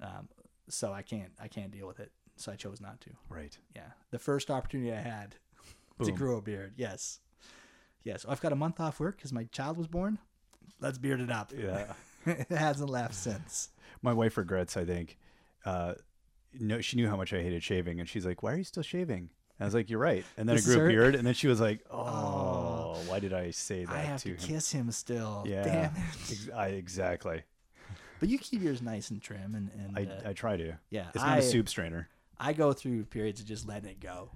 B: Um, so I can't. I can't deal with it. So I chose not to.
A: Right.
B: Yeah. The first opportunity I had to
A: Boom.
B: grow a beard. Yes. Yes. I've got a month off work because my child was born. Let's beard it up.
A: Yeah.
B: <laughs> it hasn't left since.
A: my wife regrets i think uh no she knew how much i hated shaving and she's like why are you still shaving and i was like you're right and then
B: This
A: i grew
B: is
A: a
B: her-
A: beard and then she was like
B: <laughs>
A: oh, why did i say that
B: I have
A: to
B: to
A: him
B: kiss him still.
A: yeah
B: Damn it.
A: <laughs> Ex- I, exactly
B: But you keep yours nice and trim and, and
A: I,
B: uh,
A: I try to
B: yeah.
A: it's not a
B: I-
A: soup strainer
B: I go through periods of just letting it go.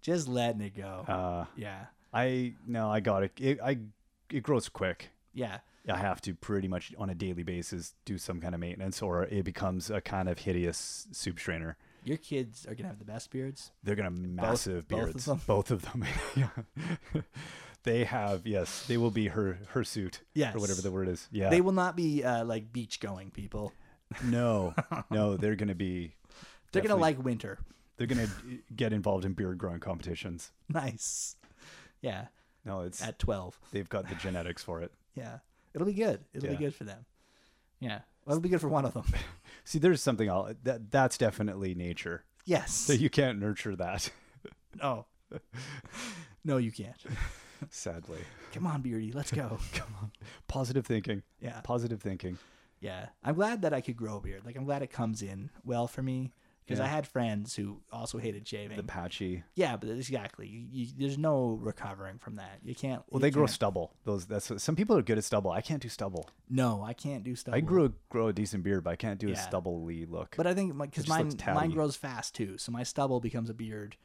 B: Just letting it go.
A: uh
B: yeah.
A: i no i got it. it i it grows quick
B: Yeah.
A: i have to pretty much on a daily basis do some kind of maintenance or it becomes a kind of hideous soup strainer
B: Your kids are gonna have the best beards.
A: They're gonna massive
B: both of
A: beards.
B: them?
A: Both of them. <laughs> yeah. They have yes. They will be her her suit.
B: Yes.
A: Or whatever the word is. Yeah.
B: They will not be uh, like beach going people.
A: <laughs> no. No. They're gonna be.
B: They're
A: definitely-
B: gonna like winter. <laughs>
A: They're gonna get involved in beard growing competitions.
B: Nice. Yeah.
A: No, it's
B: At twelve.
A: they've got the genetics for it.
B: Yeah. It'll be good. It'll
A: Yeah.
B: be good for them. Yeah. Well, it'll be good for one of
A: <laughs>
B: them.
A: See, there's something I'll, that that's definitely nature.
B: Yes.
A: So you can't nurture that, <laughs>
B: no. <laughs> No, you can't.
A: sadly.
B: Come on, Beardy. Let's
A: <laughs>
B: go.
A: Come on. Uh, Positive thinking.
B: Yeah.
A: Positive thinking.
B: Yeah. I'm glad that I could grow a beard. Like, I'm glad it comes in well for me. because
A: Yeah.
B: I had friends who also hated shaving.
A: the patchy.
B: yeah, but exactly. You, you, there's no recovering from that. You can't.
A: Well,
B: you
A: they grow
B: can't-
A: stubble. Those that's some people are good at stubble. I can't do stubble.
B: No, I can't do stuff.
A: I grew a, grow a decent beard, but I can't do a
B: Yeah.
A: stubbly look.
B: But I think because
A: just
B: mine
A: looks tatty. Uh,
B: mine grows fast too, so my stubble becomes a beard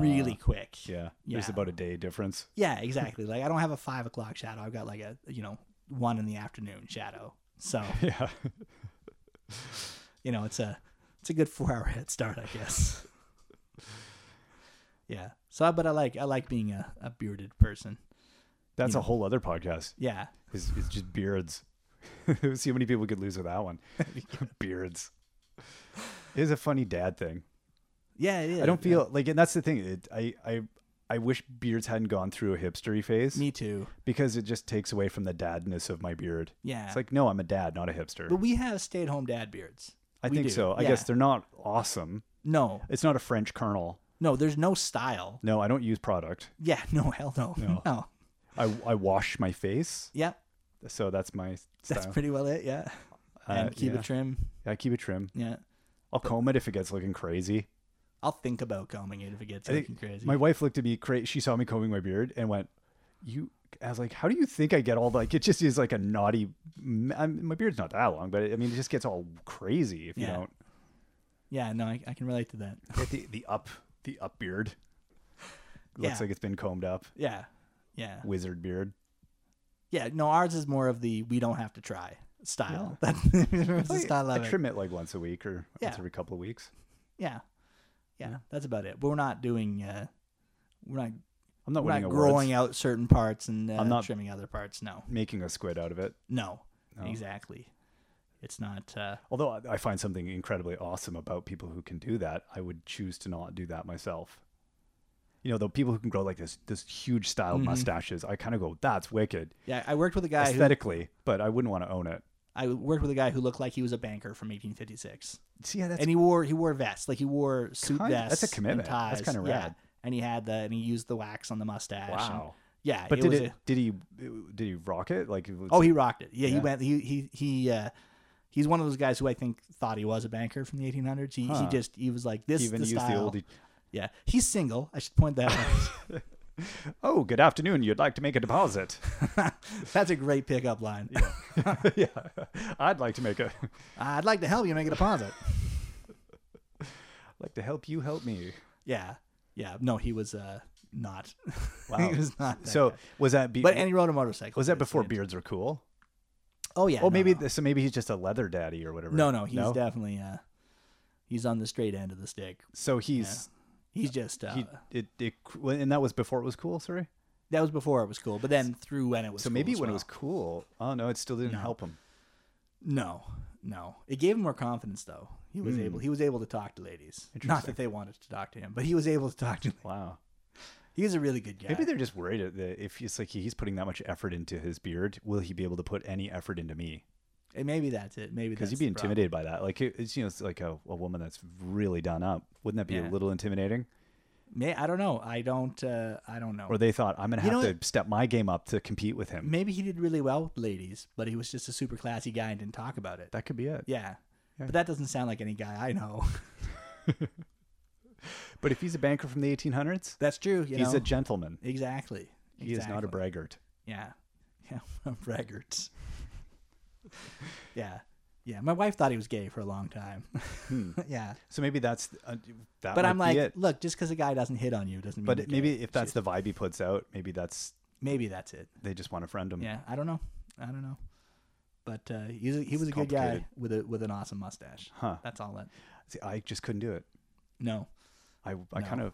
B: really quick.
A: yeah, there's
B: yeah.
A: about a day difference. <laughs>
B: Yeah, exactly. like I don't have a five o'clock shadow. I've got like a you know one in the afternoon shadow. So
A: Yeah,
B: you know it's a it's a good <laughs> four hour head start, I
A: <laughs>
B: guess. yeah. So I- but I like I like being a, a bearded person.
A: that's
B: You
A: a whole other podcast.
B: Yeah.
A: It's, it's just beards. <laughs> See how many people we could lose with that
B: <laughs>
A: one. <laughs> beards. It is a funny dad thing.
B: Yeah, it is.
A: I don't
B: yeah.
A: feel like, and that's the thing. It, I I I wish beards hadn't gone through a hipstery phase
B: me too.
A: because it just takes away from the dadness of my beard.
B: Yeah.
A: It's like no, I'm a dad, not a hipster.
B: but we have stay at home dad beards.
A: I
B: we
A: think
B: do,
A: so. I
B: yeah.
A: guess they're not awesome.
B: No.
A: It's not a French kernel.
B: No, there's no style.
A: No, I don't use product.
B: Yeah, <laughs> no, hell no.
A: No.
B: No.
A: I, I wash my face,
B: Yeah.
A: so that's my style.
B: That's pretty well it, yeah. And
A: Uh,
B: keep
A: yeah.
B: it trim.
A: I keep it trim.
B: Yeah.
A: I'll comb it if it gets looking crazy.
B: I'll think about combing it if it gets
A: I think
B: looking crazy.
A: My wife looked at me. Cra- she saw me combing my beard and went, "You." I was like, "How do you think I get all like? It just is like a naughty. I'm, my beard's not that long, but I mean, it just gets all crazy if you
B: Yeah.
A: don't
B: yeah, no, I, I can relate to that.
A: get the the up the up
B: <laughs>
A: beard. Looks
B: Yeah.
A: like it's been combed up.
B: Yeah. Yeah.
A: Wizard beard.
B: Yeah, no, ours is more of the we don't have to try style. That's <laughs> That's the style
A: I
B: of it.
A: trim it like once a week or
B: Yeah.
A: once every couple of weeks.
B: Yeah. Yeah, that's about it. But we're not doing uh we're not
A: I'm not
B: we're
A: winning
B: not
A: awards.
B: growing out certain parts and uh,
A: I'm not-
B: trimming other parts. No.
A: making a squid out of it.
B: No.
A: No.
B: Exactly. It's not uh
A: Although I- I find something incredibly awesome about people who can do that, I would choose to not do that myself. You know, the people who can grow like this this huge styled mustaches, I kind of go, that's wicked
B: yeah, I worked with a guy who
A: aesthetically, but I wouldn't want to own it.
B: I worked with a guy who looked like he was a banker from 1856,
A: See, yeah, that's
B: and he wore he wore vests, like he wore suit
A: Kind- that's
B: vests.
A: a commitment.
B: And
A: That's
B: ties.
A: kinda
B: Yeah.
A: rad.
B: And he had the and he used the wax on the mustache. and-
A: wow.
B: yeah,
A: But
B: it
A: did
B: was
A: it?
B: a-
A: did he? Did he rock it? Like, it was-
B: oh, he rocked it. Yeah,
A: Yeah.
B: he went. He he he. Uh, he's one of those guys who I think thought he was a banker from the 1800s. He,
A: Huh.
B: he just he was like this.
A: even
B: the
A: use
B: style.
A: the old. e
B: Yeah, he's single. I should point that out.
A: Oh, good afternoon. You'd like to make a deposit? <laughs>
B: <laughs> That's a great pickup line.
A: yeah, <laughs> I'd like to make a. <laughs>
B: I'd like to help you make a deposit.
A: like to help you help me.
B: yeah, yeah. No, he was uh not. <laughs>
A: Wow.
B: he was not. that
A: So
B: guy.
A: was that? Be-
B: but and he rode a motorcycle.
A: was that
B: too, so
A: before
B: he-
A: beards were cool?
B: Oh yeah.
A: Oh,
B: no,
A: maybe
B: no.
A: th- so. Maybe he's just a leather daddy or whatever.
B: No, no, he's definitely uh, he's on the straight end of the stick.
A: so he's
B: He's just uh,
A: he it, it well, and that was before it was cool. Sorry.
B: that was before it was cool, but then through when it was
A: So
B: cool
A: maybe
B: as
A: when it
B: well.
A: was cool, oh no, it still didn't help him.
B: no, no, it gave him more confidence though. He was able he was able to talk to ladies. Not
A: Hmm. Interesting.
B: that they wanted to talk to him, but he was able to talk to. <laughs>
A: Wow.
B: He's a really good guy.
A: Maybe they're just worried that the- if it's like he's putting that much effort into his beard, will he be able to put any effort into me?
B: And maybe that's it. Maybe
A: Because
B: because
A: you'd be intimidated by that. Like it- it's you know, it's like a, a woman that's really done up. Wouldn't that be a
B: Yeah.
A: little intimidating?
B: May I don't know. I don't. Uh, I don't know.
A: Or they thought I'm gonna
B: You
A: have
B: know
A: to step my game up to compete with him.
B: maybe he did really well with ladies, but he was just a super classy guy and didn't talk about it.
A: That could be it.
B: yeah. But that doesn't sound like any guy I know.
A: But if he's a banker from the 1800s,
B: That's true. You
A: he's
B: know?
A: a gentleman.
B: Exactly.
A: He is not a
B: Exactly.
A: braggart.
B: Yeah. <laughs> Yeah. Braggarts. <laughs> yeah. Yeah. My wife thought he was gay for a long time. <laughs> yeah.
A: Hmm. So maybe that's uh, that.
B: But
A: might
B: I'm like,
A: be it.
B: look, just because a guy doesn't hit on you doesn't mean.
A: But
B: you're
A: it- maybe
B: gay.
A: if that's
B: She-
A: the vibe he puts out, maybe that's
B: maybe that's it.
A: they just want to friend him.
B: Yeah. I don't know. I don't know. But uh, he's a, he was a good guy
A: complicated.
B: with a with an awesome mustache.
A: Huh.
B: That's all that.
A: See, I just couldn't do it.
B: No.
A: I I
B: No.
A: kind of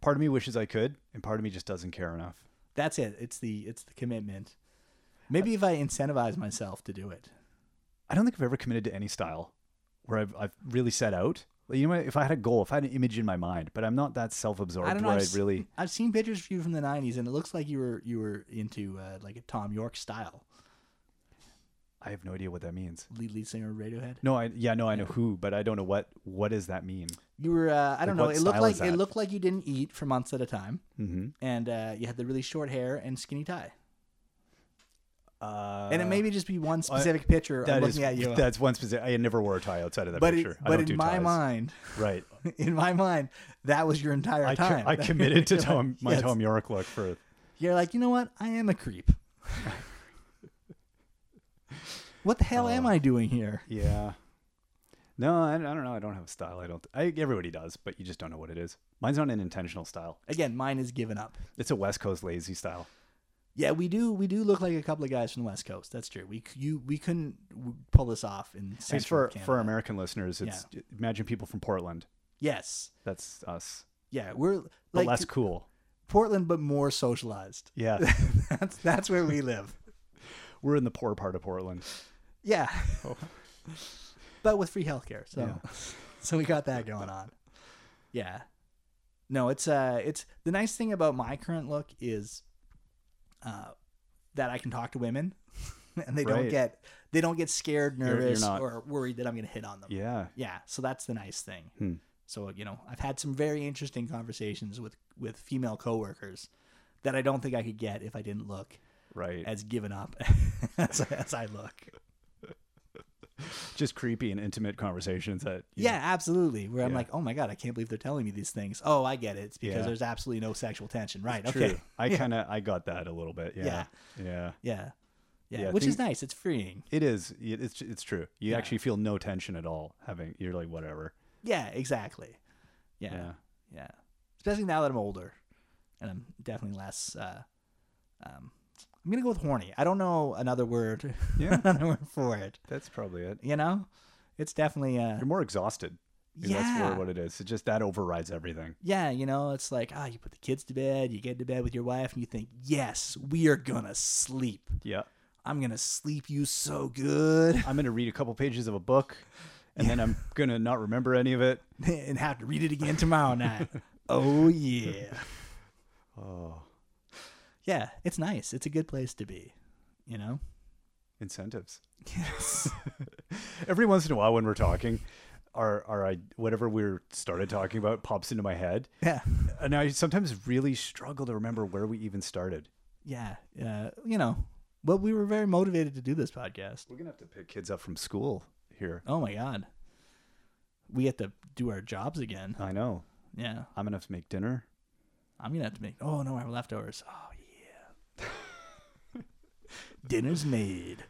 A: part of me wishes I could, and part of me just doesn't care enough.
B: That's it. It's the it's the commitment. Maybe if I incentivize myself to do it.
A: I don't think I've ever committed to any style where I've I've really set out. Like, you know, what, if I had a goal, if I had an image in my mind, but I'm not that self-absorbed
B: I don't know.
A: where I
B: I've, se-
A: really.
B: I've seen pictures of you from the '90s, and it looks like you were you were into uh, like a Tom York style,
A: I have no idea what that means.
B: lead, lead singer of Radiohead.
A: No, I yeah, no, I know who, but I don't know what what does that mean.
B: You were uh, I don't know.
A: what
B: It looked
A: style is
B: like it
A: that?
B: looked like you didn't eat for months at a time,
A: Mm-hmm.
B: and uh, you had the really short hair and skinny tie.
A: Uh,
B: and it maybe just be one specific picture I'm
A: that is <laughs>
B: looking at you.
A: that's one specific. I never wore a tie outside of that
B: but it-
A: picture. I
B: but
A: don't
B: in
A: do
B: my
A: ties.
B: mind, <laughs>
A: right?
B: in my mind, that was your entire
A: I, co-
B: time. <laughs>
A: I committed to
B: You're
A: Tom,
B: like,
A: my
B: yes.
A: Tom York look for
B: You're like, you know what? I am a creep. <laughs> what the hell
A: Uh.
B: am I doing here?
A: yeah. No, I, I don't know. I don't have a style. I don't. I, everybody does, but you just don't know what it is. Mine's not an intentional style.
B: Again, mine is given up.
A: It's a West Coast lazy style.
B: Yeah, we do. We do look like a couple of guys from the West Coast. That's true. We c- you we couldn't w- pull this off
A: At
B: in
A: least
B: Central
A: for
B: Canada.
A: for American listeners, it's imagine people from Portland.
B: Yes.
A: That's us,
B: Yeah, we're
A: but
B: like
A: less
B: <laughs>
A: cool.
B: Portland, but more socialized. <laughs>
A: Yeah,
B: that's that's where we live.
A: we're in the poor part of Portland.
B: Yeah.
A: Oh.
B: <laughs> but with free healthcare, so
A: Yeah.
B: <laughs> so we got that going on. Yeah. No, it's uh it's the nice thing about my current look is uh that I can talk to women <laughs> and they don't
A: Right.
B: get they don't get scared,
A: you're
B: nervous
A: not-
B: or worried that I'm going to hit on them.
A: Yeah,
B: Yeah, so that's the nice thing.
A: Hmm.
B: So, you know, I've had some very interesting conversations with with female coworkers that I don't think I could get if I didn't look
A: right.
B: as given up <laughs> as, as I look.
A: just creepy and intimate conversations that you-
B: Yeah, absolutely. Where I'm
A: Yeah.
B: like, "Oh my god, I can't believe they're telling me these things." Oh, I get it. It's because
A: Yeah.
B: there's absolutely no sexual tension. Right.
A: True.
B: okay.
A: I kind of I got that a little bit. Yeah. Yeah.
B: Yeah. Yeah,
A: Yeah,
B: which is
A: things-
B: nice. It's freeing.
A: It is. It, it's it's true. You
B: Yeah.
A: actually feel no tension at all. Having you're like whatever.
B: Yeah, exactly. Yeah.
A: Yeah.
B: Yeah. Especially now that I'm older and I'm definitely less uh um I'm going to go with horny. I don't know another word. <laughs>
A: Yeah.
B: another word for it.
A: That's probably it.
B: You know? It's definitely uh
A: You're more exhausted. Maybe That's
B: yeah.
A: more what it is. It's just that overrides everything.
B: yeah, you know, it's like, ah, you put the kids to bed, you get to bed with your wife, and you think, yes, we are gonna sleep.
A: Yeah.
B: I'm gonna sleep you so good, <laughs>
A: I'm gonna read a couple pages of a book, and then I'm gonna not remember any of it.
B: and have to read it again tomorrow night. oh yeah,
A: Oh,
B: yeah, it's nice. It's a good place to be, you know.
A: incentives.
B: Yes.
A: Every once in a while, when we're talking, our our I, whatever we're started talking about pops into my head,
B: <laughs> yeah,
A: and I sometimes really struggle to remember where we even started.
B: yeah, uh, you know. Well, we were very motivated to do this podcast.
A: We're gonna have to pick kids up from school here.
B: Oh my god, we have to do our jobs again.
A: I know.
B: Yeah,
A: I'm gonna have to make dinner.
B: I'm gonna have to make. Oh no, I have leftovers. Oh yeah, dinner's made.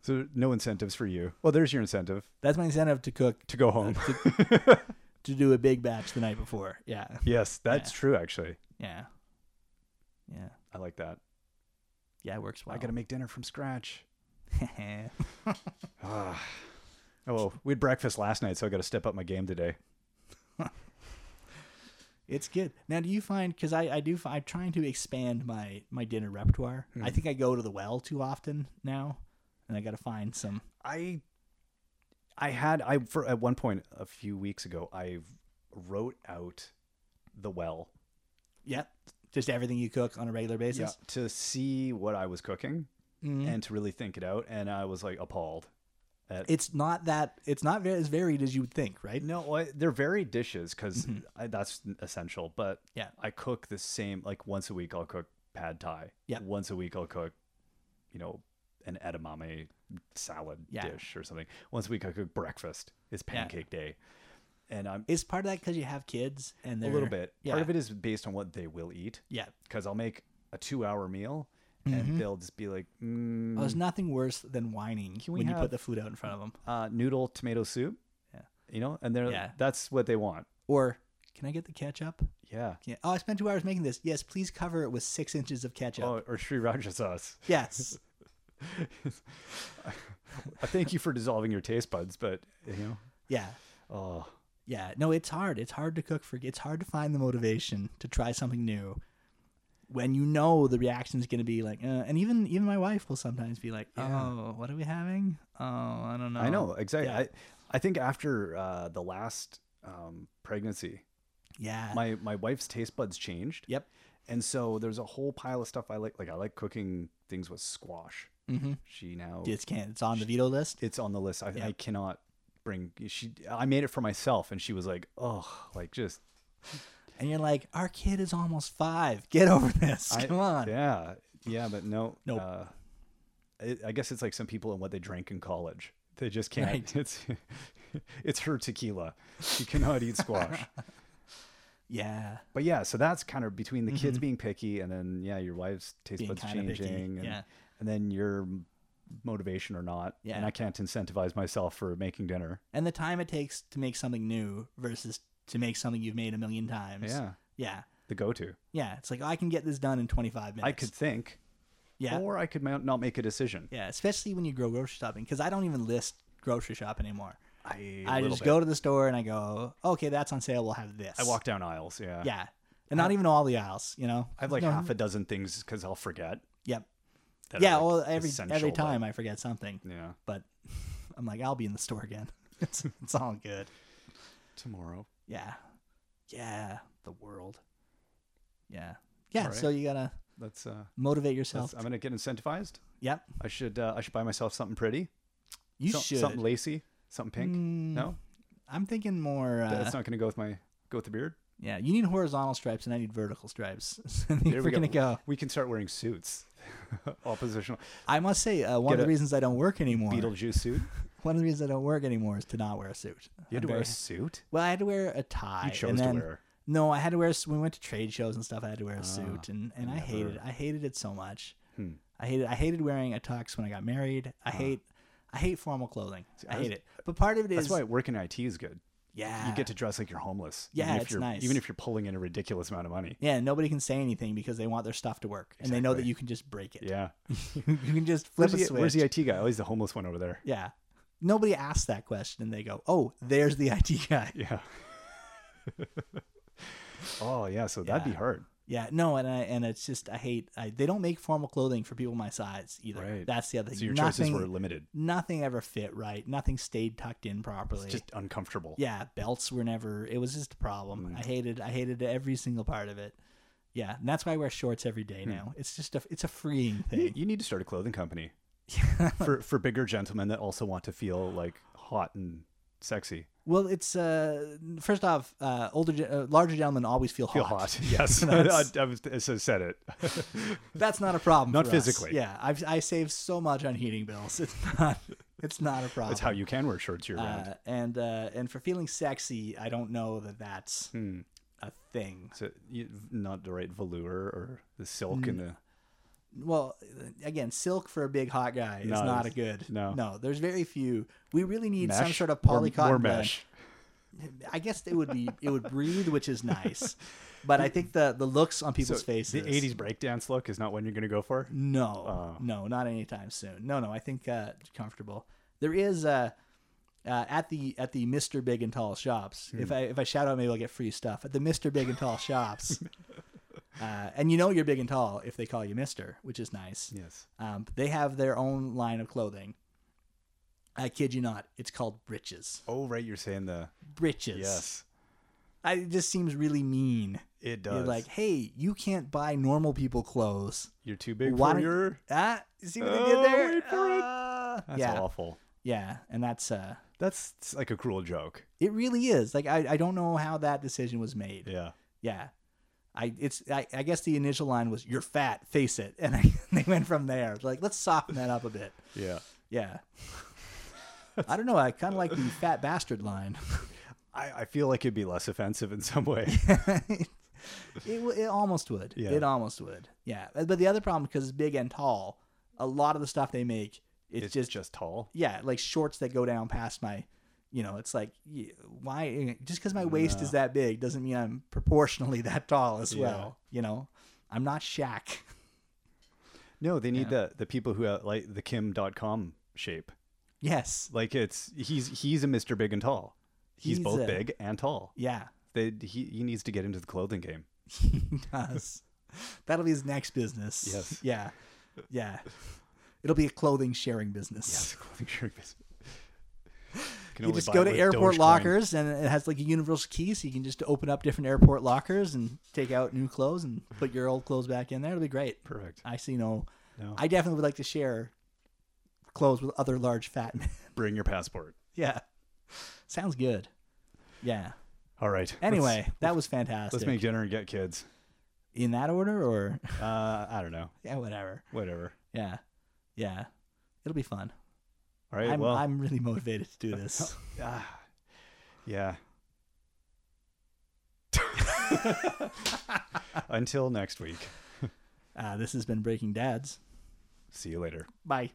A: So no incentives for you. Well, there's your incentive
B: That's my incentive to cook
A: to go home.
B: to do a big batch the night before. Yeah,
A: yes, that's true. Actually,
B: yeah, yeah.
A: I like that.
B: Yeah, it works well.
A: I gotta make dinner from scratch.
B: <laughs> gotta.
A: Ah. Oh, well, we had breakfast last night, so I got to step up my game today.
B: it's good. Now, do you find because I I do fi- I'm trying to expand my my dinner repertoire. I think I go to the well too often now, and I gotta find some.
A: I, I had I for at one point a few weeks ago I wrote out the well
B: Yep, just everything you cook on a regular basis.
A: to see what I was cooking
B: Mhm.
A: and to really think it out, and I was like appalled. At,
B: It's not that it's not very, as varied as you would think, right?
A: No, I, they're varied dishes because that's essential. But
B: Mm-hmm. Yeah.
A: I cook the same like once a week. I'll cook pad thai.
B: Yeah.
A: Once a week I'll cook, you know, an edamame salad
B: Yeah.
A: dish or something. Once a week I cook breakfast. It's pancake day, and I'm
B: Is part of that because you have kids and
A: a
B: they're
A: little bit.
B: Yeah,
A: Part of it is based on what they will eat
B: Yeah.
A: because I'll make a two-hour meal
B: Mm-hmm.
A: and they'll just be like, mm,
B: Well, there's nothing worse than whining
A: we
B: when you
A: have-
B: put the food out in front of them.
A: uh, noodle tomato soup.
B: Yeah.
A: You know, and they're
B: Yeah.
A: that's what they want.
B: Or can I get the ketchup?
A: Yeah.
B: Yeah. Oh, I spent two hours making this. Yes, please cover it with six inches of ketchup.
A: Oh, or Sri Raja sauce. <laughs>
B: Yes.
A: I thank you for dissolving your taste buds, but you
B: Yeah.
A: know, oh,
B: Yeah. No, it's hard. It's hard to cook for. It's hard to find the motivation to try something new when you know the reaction is going to be like, uh, and even even my wife will sometimes be like, oh, what are we having? Oh, I don't know.
A: I know exactly.
B: um, yeah.
A: I, I think after uh, the last um, pregnancy,
B: Yeah.
A: my my wife's taste buds changed,
B: yep.
A: and so there's a whole pile of stuff I like. Like I like cooking things with squash.
B: Mm-hmm.
A: She now
B: It's can. It's on the veto list.
A: it's on the list. I,
B: Yeah.
A: I cannot bring she. I made it for myself, and she was like, oh, like just
B: And you're like, our kid is <laughs> almost five. Get over this.
A: I-
B: Come on.
A: yeah, yeah, but no,
B: Nope.
A: Uh, it, I guess it's like some people and what they drank in college. They just can't.
B: Right.
A: <laughs> It's it's her tequila. She cannot eat
B: <laughs>
A: squash.
B: Yeah.
A: but yeah, so that's kind of between the kids being picky and then yeah, your wife's taste
B: Mm-hmm. Being
A: buds
B: kinda picky,
A: changing, and,
B: yeah.
A: and then your motivation or not.
B: Yeah.
A: And I can't incentivize myself for making dinner.
B: And the time it takes to make something new versus to make something you've made a million times.
A: Yeah,
B: Yeah.
A: the go-to.
B: Yeah. It's like I can get this done in 25 minutes.
A: I could think,
B: Yeah.
A: or I could ma- not make a decision.
B: Yeah, especially when you go grocery shopping because I don't even list grocery shop anymore.
A: I,
B: I
A: little
B: just
A: bit.
B: go to the store and I go, okay, that's on sale. We'll have this.
A: I walk down aisles. Yeah.
B: Yeah, and not even all the aisles. You know,
A: I have like
B: No.
A: half a dozen things because I'll forget.
B: Yep.
A: that are,
B: Yeah.
A: like,
B: Well, every
A: essential,
B: every
A: but-
B: time I forget something,
A: yeah.
B: but <laughs> I'm like, I'll be in the store again. <laughs> it's it's all good.
A: Tomorrow.
B: Yeah. Yeah. The world. Yeah. Yeah. So you gotta
A: That's uh.
B: motivate
A: That's,
B: yourself.
A: I'm gonna get incentivized.
B: yep.
A: I should uh, I should buy myself something pretty.
B: You
A: Some-
B: should. Mm,
A: something lacy, something pink. No,
B: I'm thinking more. Uh,
A: that's not gonna go with my go with the beard.
B: yeah. You need horizontal stripes, and I need vertical stripes. <laughs> I think
A: There
B: we're
A: we go.
B: gonna go.
A: We can start wearing suits. <laughs> Oppositional
B: I must say, uh, one
A: Get
B: of the
A: a
B: reasons I don't work anymore.
A: Beetlejuice suit.
B: One of the reasons I don't work anymore is to not wear a suit.
A: You had to
B: I'm
A: wear a
B: very-
A: suit.
B: Well, I had to wear a tie.
A: You chose
B: and then,
A: to wear.
B: No, I had to wear. a s- When we went to trade shows and stuff, I had to wear a suit,
A: Ah,
B: and and I
A: never-
B: hated. it. I hated it so much.
A: Hmm. Ah.
B: I hated. I hated wearing a tux when I got married. I hate. I hate formal clothing. I
A: I was-
B: hate it. But part of it
A: That's
B: is
A: why working IT is good.
B: yeah.
A: You get to dress like you're homeless.
B: Yeah,
A: even if
B: it's
A: you're,
B: nice.
A: Even if you're pulling in a ridiculous amount of money.
B: yeah. Nobody can say anything because they want their stuff to work, and they know that
A: Exactly.
B: you can just break it.
A: Yeah.
B: <laughs> you can just flip
A: Where's
B: a
A: the,
B: switch.
A: where's the IT guy? Oh, he's the homeless one over there.
B: yeah. Nobody asks that question, and they go, "Oh, there's the <laughs> IT guy."
A: Yeah. <laughs> oh yeah, so that'd be
B: Yeah.
A: hard.
B: Yeah, no, and I and it's just I hate I, they don't make formal clothing for people my size either.
A: Right.
B: That's the other thing.
A: So your choices
B: nothing,
A: were limited.
B: nothing ever fit right. Nothing stayed tucked in properly.
A: It's just uncomfortable.
B: yeah, belts were never. It was just a problem.
A: Mm.
B: I hated I hated every single part of it. Yeah, and that's why I wear shorts every
A: Hmm.
B: day now. It's just a it's a freeing
A: <laughs> You,
B: thing. <laughs>
A: you need to start a clothing company for for bigger gentlemen that also want to feel like hot and sexy.
B: well, it's uh first off, uh older gen- uh, larger gentlemen always feel hot.
A: Feel
B: <laughs>
A: hot. Yes, <laughs> I,
B: That's-
A: I, was- I said
B: <laughs>
A: it.
B: That's not a problem.
A: Not
B: for us.
A: physically.
B: Yeah, I've, I save so much on heating bills. <laughs> It's not it's not a problem.
A: That's how you can wear shorts year round.
B: Uh, and uh, and for feeling sexy, I don't know that that's
A: Hmm.
B: a thing.
A: so you, not the right velour or the silk and the
B: Well, again, silk for a big hot guy is
A: No,
B: not a
A: it's-
B: good.
A: no.
B: no. There's very few. We really need
A: mesh
B: some sort of
A: or-
B: polycotton.
A: or
B: blend.
A: mesh.
B: I guess it would be it would breathe, which is nice.
A: <laughs>
B: But I think the the looks on
A: So
B: people's faces.
A: the '80s breakdance look is not one you're going to go for. Oh.
B: No, no, not anytime soon. No, no. I think uh, comfortable. There is uh, uh, at the at the Mister Big and Tall shops. If
A: Hmm.
B: I if I shout out, maybe I'll get free stuff at the Mister Big and
A: <laughs>
B: Tall shops. Uh, and you know you're big and tall if they call you Mister, which is nice.
A: Yes.
B: Um, they have their own line of clothing. I kid you not. It's called breeches.
A: Oh right, you're saying the
B: Breeches.
A: yes.
B: I, it just seems really mean.
A: It
B: You're
A: does.
B: like, hey, you can't buy normal people clothes.
A: you're too big
B: Why
A: for
B: don't-
A: your.
B: Ah, see what they
A: Oh,
B: did there?
A: wait for it.
B: Ah.
A: That's
B: yeah,
A: awful.
B: yeah, and that's uh,
A: That's it's like a cruel joke.
B: it really is. Like, I, I don't know how that decision was made.
A: Yeah.
B: Yeah, I it's I, I guess the initial line was "You're fat, face it," <laughs> and I, they went from there. Like, let's soften that up a bit.
A: Yeah.
B: <laughs> Yeah, I don't know. I kind of like the fat bastard line. <laughs>
A: I, I feel like it'd be less offensive in some way.
B: it, w- it almost would.
A: Yeah.
B: It almost would. Yeah, but the other problem because it's big and tall, a lot of the stuff they make,
A: <laughs>
B: it's,
A: It's just
B: just
A: just tall.
B: yeah, like shorts that go down past my, you know, it's like y- why just because my waist is that big doesn't mean I'm proportionally <laughs> that tall as well. You know, I'm not Shaq. <laughs>
A: No, they need the the people who have like the Kim.com shape.
B: yes.
A: Like it's he's he's a Mr. Big and Tall. He's,
B: He's
A: both
B: a-
A: big and tall.
B: Yeah. <laughs>
A: They he he needs to get into the clothing <laughs> game.
B: He does. That'll be his next business.
A: Yes.
B: <laughs> Yeah. Yeah. It'll be a clothing sharing business.
A: Clothing shirt <laughs> business. Can
B: You
A: only
B: just
A: buy
B: go
A: it
B: to
A: with
B: airport
A: Dogecoin.
B: lockers, and it has like a universal key, so you can just open up different airport lockers and take out new clothes and put your old clothes back in there. It'll be great.
A: Perfect.
B: I see no.
A: No.
B: I definitely would like to share clothes with other large fat men. <laughs>
A: Bring your passport.
B: yeah, sounds good. Yeah.
A: All right. let's-
B: Anyway, that was
A: let's,
B: fantastic.
A: make dinner and get kids.
B: in that order, or <laughs>
A: Uh, I don't know.
B: yeah, whatever.
A: Whatever.
B: Yeah, yeah. It'll be fun.
A: All right,
B: I'm,
A: well,
B: I'm really motivated to
A: <laughs>
B: do this.
A: ah,
B: <laughs>
A: yeah. Until next week.
B: Uh, this has been Breaking Dads.
A: See you later.
B: Bye.